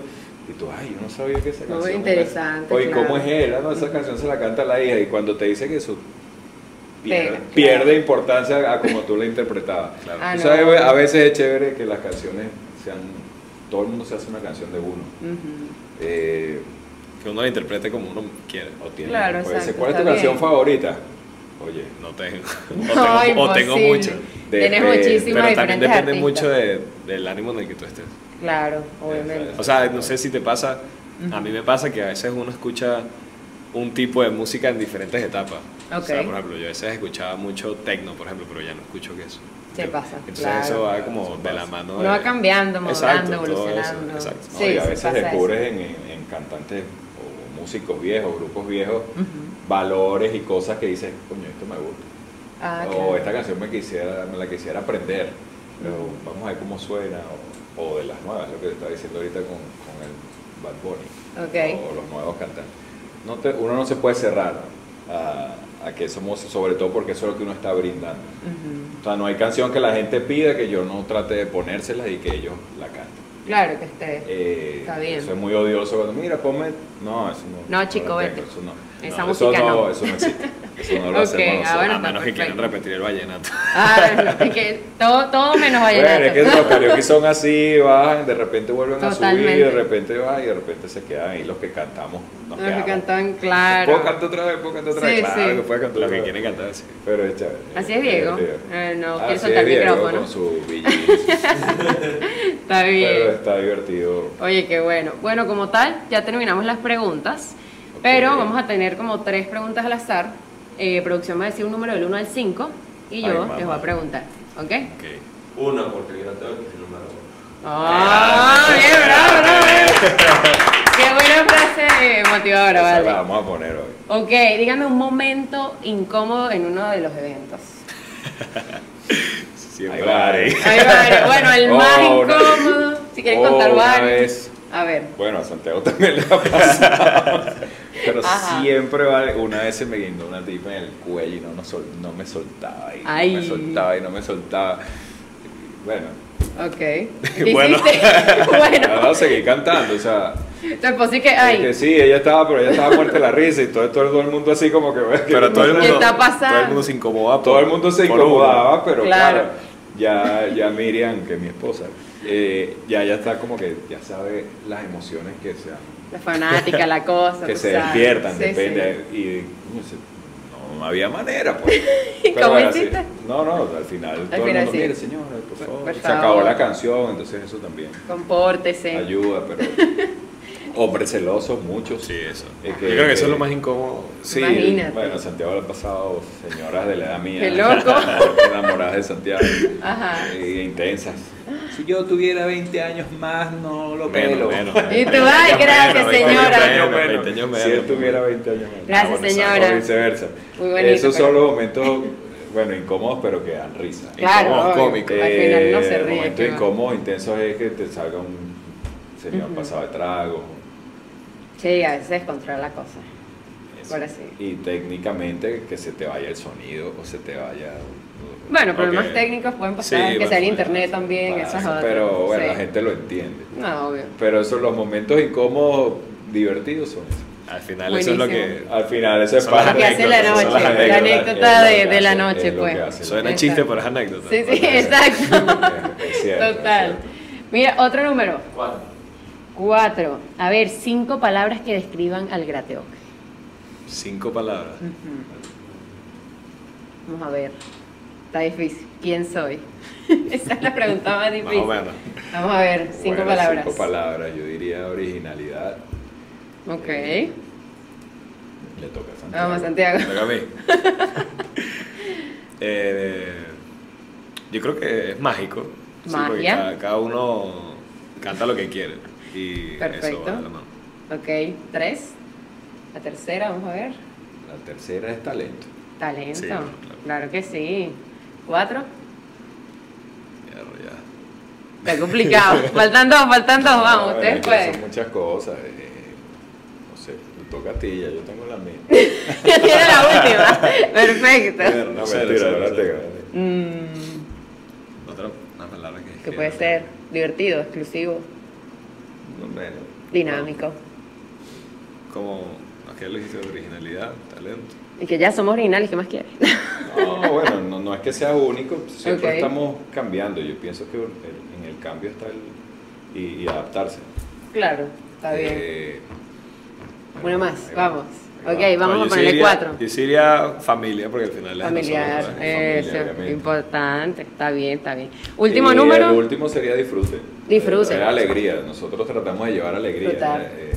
Y tú, ay, yo no sabía que esa Muy canción. interesante, Oye, ¿cómo es claro. él? Ah, no, esa canción se la canta la hija. Y cuando te dicen eso, pierde, Pega, pierde claro. importancia a como tú la interpretabas. Claro. Ah, no. Tú sabes, a veces es chévere que las canciones sean. Todo el mundo se hace una canción de uno. Ujú. Eh, pues, Que uno la interprete como uno quiere. o tiene, Claro, puede ser, exacto, ¿Cuál es tu está canción bien. favorita? Oye, No tengo. No, o tengo, o tengo imposible. mucho. De- Tienes de- muchísimas Pero diferentes también depende artistas. mucho de- del ánimo en el que tú estés. Claro, obviamente. Exacto. O sea, no sé si te pasa, a mí me pasa que a veces uno escucha un tipo de música en diferentes etapas. O sea, Ok. por ejemplo, yo a veces escuchaba mucho techno, por ejemplo, pero ya no escucho que eso. Se pasa, Entonces claro. eso va como Eso de la pasa. mano. Uno de- va cambiando, madurando, Exacto, todo eso, evolucionando. Ah, exacto. No, Sí, y a sí veces pasa eso. descubres en, en- en cantantes o músicos viejos, grupos viejos, valores y cosas que dices, coño, esto me gusta. Ah, o claro. esta canción me, quisiera, me la quisiera aprender, pero Ujú. vamos a ver cómo suena. O, o de las nuevas, lo que te estaba diciendo ahorita con, con el Bad Bunny. Ok. O los nuevos cantantes. no te- uno no se puede cerrar a, a que somos, sobre todo porque eso es lo que uno está brindando. Ujú. O sea, no hay canción que la gente pida que yo no trate de ponérsela y que ellos la canten. Claro que esté. Eh, Está bien. Eso es muy odioso cuando, mira, ponme. No, eso no. No, lo chico, tengo, vete. Eso no. Esa No, música eso no. Eso no existe. Eso no lo Ok, hacemos nosotros. ahora- Bueno, a está menos que quieran perfecto. repetir el vallenato. Ah, es que todo, todo menos Bueno, es vallenato. que los karaoke son así, bajan, de repente vuelven a subir, Totalmente. de repente bajan y de repente se quedan ahí los que cantamos. Los Nos que quedamos. cantan, claro. ¿Puedo cantar otra vez? ¿Puedo cantar otra vez? Sí, claro sí. que puede cantar Lo otra que vez. quieren cantar, sí. Pero es chévere. Así es Diego. divertido. Eh, no, Así quiere es soltar el Ah, Diego micrófono. Con su billete, Está pero bien. está divertido. Oye, qué bueno. Bueno, como tal, ya terminamos las preguntas, pero vamos a tener como tres preguntas al azar. Eh, producción va a decir un número del 1 al 5 y Ay, yo mamá. les voy a preguntar. ¿Ok? Ok. Uno, porque yo no tengo que firmar uno. ¡Ah! bien, bravo, bravo, bravo. ¡Qué buena frase eh, motivadora, Esa vale! la vamos a poner hoy. Ok, dígame un momento incómodo en uno de los eventos. Siempre Ahí va, hay. ahí. Ay, vale. Bueno, el Oh, más una- incómodo. Si quieren Oh, contar una varios. vez. A ver. Bueno, a Santiago también le ha pasado. Pero Ajá. siempre vale. Una vez se me guindó una tipa en el cuello y no, no, sol- no me soltaba. Y Ay. no me soltaba y no me soltaba. Bueno, Ok. ¿Qué Bueno. hiciste? bueno. ahora seguí cantando. O sea, Tu esposo y que, Ah. es que ay, sí, ella estaba, pero ella estaba muerta de la risa y todo, todo el mundo así como que. Pero todo el ¿Qué mundo, está pasando? Todo el mundo se incomodaba. Todo el mundo se por uno. incomodaba, pero Claro. claro, ya, ya Miriam, que es mi esposa, eh, ya, ya está como que ya sabe las emociones que se, la fanática, la cosa. que tú se sabes. despiertan, Sí, depende. Y coño, se- no había manera, pues. Pero cómo era así. hiciste? No, no, al final final todo el mundo, sí. Pues, mire, señora, por favor. por se acabó favor. la canción, entonces eso también sí. Compórtese. ayuda, pero hombres celosos, muchos. Sí, eso. Es que- Yo creo que eso es lo más incómodo. Sí, Imagínate. bueno, Santiago le ha pasado señoras de la edad mía. Qué loco. Enamoradas de Santiago. Ajá. Eh, intensas. Si yo tuviera 20 años más, no lo Menos, pelo. menos. Y tú, ay, gracias, señora. menos, Bueno, 20 años si menos. él tuviera 20 años más. Gracias, Ah, bueno, señora. exacto, O viceversa. Muy bonito, Esos pero- son los momentos, bueno, incómodos, pero que dan risa. Claro, incómodo, obvio. cómico. al final no se Eh, ríe. momentos qué va. incómodos, intensos es que te salga un señor Ujú. pasado de trago. Sí, a veces descontrola la cosa. Eso. Ahora sí. Y técnicamente que se te vaya el sonido o se te vaya. Bueno, problemas Ok. técnicos pueden Sí, pasar, que bueno, sea el sí. internet también, pasa, esas otras. pero bueno, sí. la gente lo entiende. No, obvio. Pero esos los momentos incómodos divertidos son esos. Al final eso es lo Buenísimo. que Al final, ese es Son las Lo que hace la anécdotas, noche, son la las anécdota, anécdotas, de, de la noche, pues. Suena Exacto. chiste, pero es anécdota. Sí, sí, Bueno, exacto. Total. Total. Mira, otro número. ¿Cuál? Cuatro. A ver, cinco palabras que describan al grateo. Cinco palabras. Vamos a ver. Está difícil. ¿Quién soy? Esa es la pregunta más Más difícil. o menos. Vamos a ver, cinco palabras. Cinco palabras, yo diría originalidad. Ok. Le toca a Santiago. Vamos, Santiago. Me toca a mí. Eh, yo creo que es mágico. sí, porque Magia. cada, cada uno canta lo que quiere. Y Perfecto. eso va de la mano. Ok, tres. La tercera, vamos a ver. La tercera es talento. Talento. Sí, claro. claro. que sí. Cuatro. Ya, ya. Está complicado. faltan dos, faltan dos. Vamos, No, ustedes es que pueden. Son muchas cosas. eh, no sé, te toca a ti, ya yo tengo la mía. Ya tiene la última. Perfecto. No, No sé, mentira, no sé, no no sé. te- Mm, Otra una palabra que ¿Qué puede ser? Divertido, exclusivo, no, bueno. dinámico. Como, ¿a qué le dijiste? Originalidad, talento. Y que ya somos originales, ¿qué más quieres? No, bueno, no, no es que sea único, siempre Ok. estamos cambiando. Yo pienso que el- en el cambio está el. y, y adaptarse. claro, está bien. Eh, Una bueno, más, ahí vamos. ahí Ok, vamos No, a yo sí ponerle diría- cuatro. Yo sí diría familia, porque al final las dos son Familiar, eh. iguales. familia, eso, obviamente. importante, está bien, está bien. Último Y número. El Eh, último sería disfrute. Disfrute. Era alegría. Nosotros tratamos de llevar alegría. Total. eh,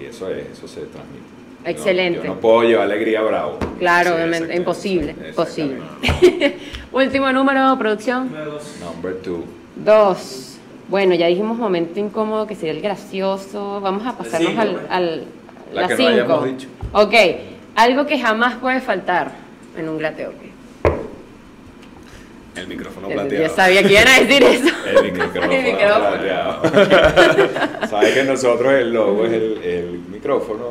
y eso es, eso se transmite. No, Excelente. yo no puedo llevar alegría bravo. Claro, Sí, obviamente, exactamente, imposible, exactamente. posible. Último número, producción. Número dos. Number two. Dos. Bueno, ya dijimos momento incómodo, que sería el gracioso. Vamos a pasarnos cinco, al, pues. al La la que no cinco. hayamos dicho. Ok, algo que jamás puede faltar en un grateo. El micrófono Yo plateado. sabía que iban a decir eso. El micrófono. El micrófono. plateado. Sabes que nosotros el logo es el, el micrófono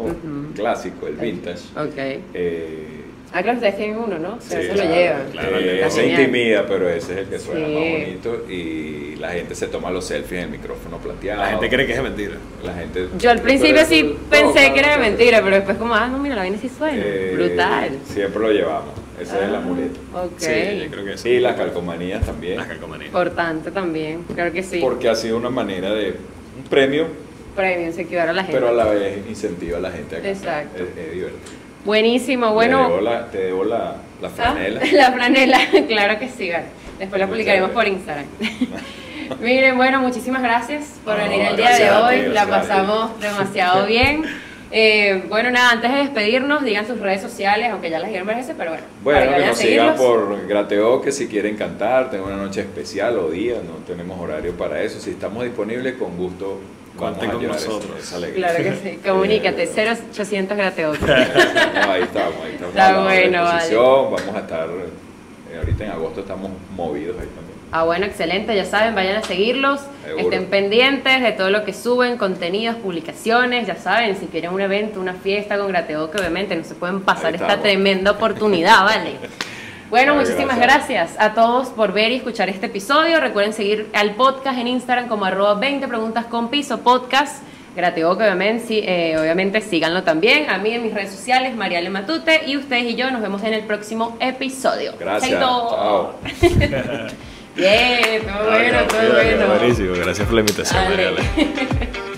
clásico, el vintage. Ok. Eh, Ah, claro, ustedes tienen uno, ¿no? Pero Sí, eso claro, lo llevan. Claro, Eh, el- Está se genial. intimida, pero ese es el que suena Sí. más bonito y la gente se toma los selfies en el micrófono plateado. La gente cree que es mentira. La gente- Yo al principio pero- sí no, pensé claro, que era de claro. mentira, pero después como, ah, no, mira, la vaina sí suena. Eh, Brutal. Siempre lo llevamos, esa es la muleta. Ah, Ok. Sí, yo creo que sí. Y las calcomanías también, Las calcomanías. Importante también, claro que sí. porque ha sido una manera de un premio, Premium, se equivale a la gente. pero a la vez incentiva a la gente a cambiar. Exacto. Es, es divertido. Buenísimo, Te debo bueno. la, te debo la, la Ah, franela. La franela, claro que sí, vale. Después la Muchas publicaremos por gracias. Instagram. Miren, bueno, muchísimas gracias por No, venir el día gracias de a ti, hoy. La gracias a ti. pasamos demasiado bien. Eh, bueno, nada, antes de despedirnos, digan sus redes sociales, aunque ya las dieron varias veces, pero bueno. para Bueno, que vayan a nos sigan seguirlos. por Grateo, que si quieren cantar, tengo una noche especial o día, no tenemos horario para eso. Si estamos disponibles, con gusto vamos Cuenten a con llevar esa- nosotros. esa alegría. Claro que sí, comunícate, Eh, 0800 Grateo. no, ahí estamos, ahí estamos. Está a la orden de bueno, vale. disposición, Vamos a estar, eh, ahorita en agosto estamos movidos ahí también. Ah, bueno, excelente, ya saben, vayan a seguirlos, Seguro. estén pendientes de todo lo que suben, contenidos, publicaciones, ya saben, si quieren un evento, una fiesta con Grateo, que obviamente no se pueden pasar Ahí esta estamos. tremenda oportunidad, ¿vale? Bueno, Ay, muchísimas gracias. gracias. a todos por ver y escuchar este episodio. Recuerden seguir al podcast en Instagram como arroba 20 preguntas con piso podcast. Grateo que obviamente, sí, eh, obviamente síganlo también. A mí en mis redes sociales, Mariale Matute, y ustedes y yo nos vemos en el próximo episodio. Gracias. Chaito. Chao. Bien, todo bueno, todo Mira, bueno. Ah, Buenísimo, gracias por la invitación, Dale. Mariela.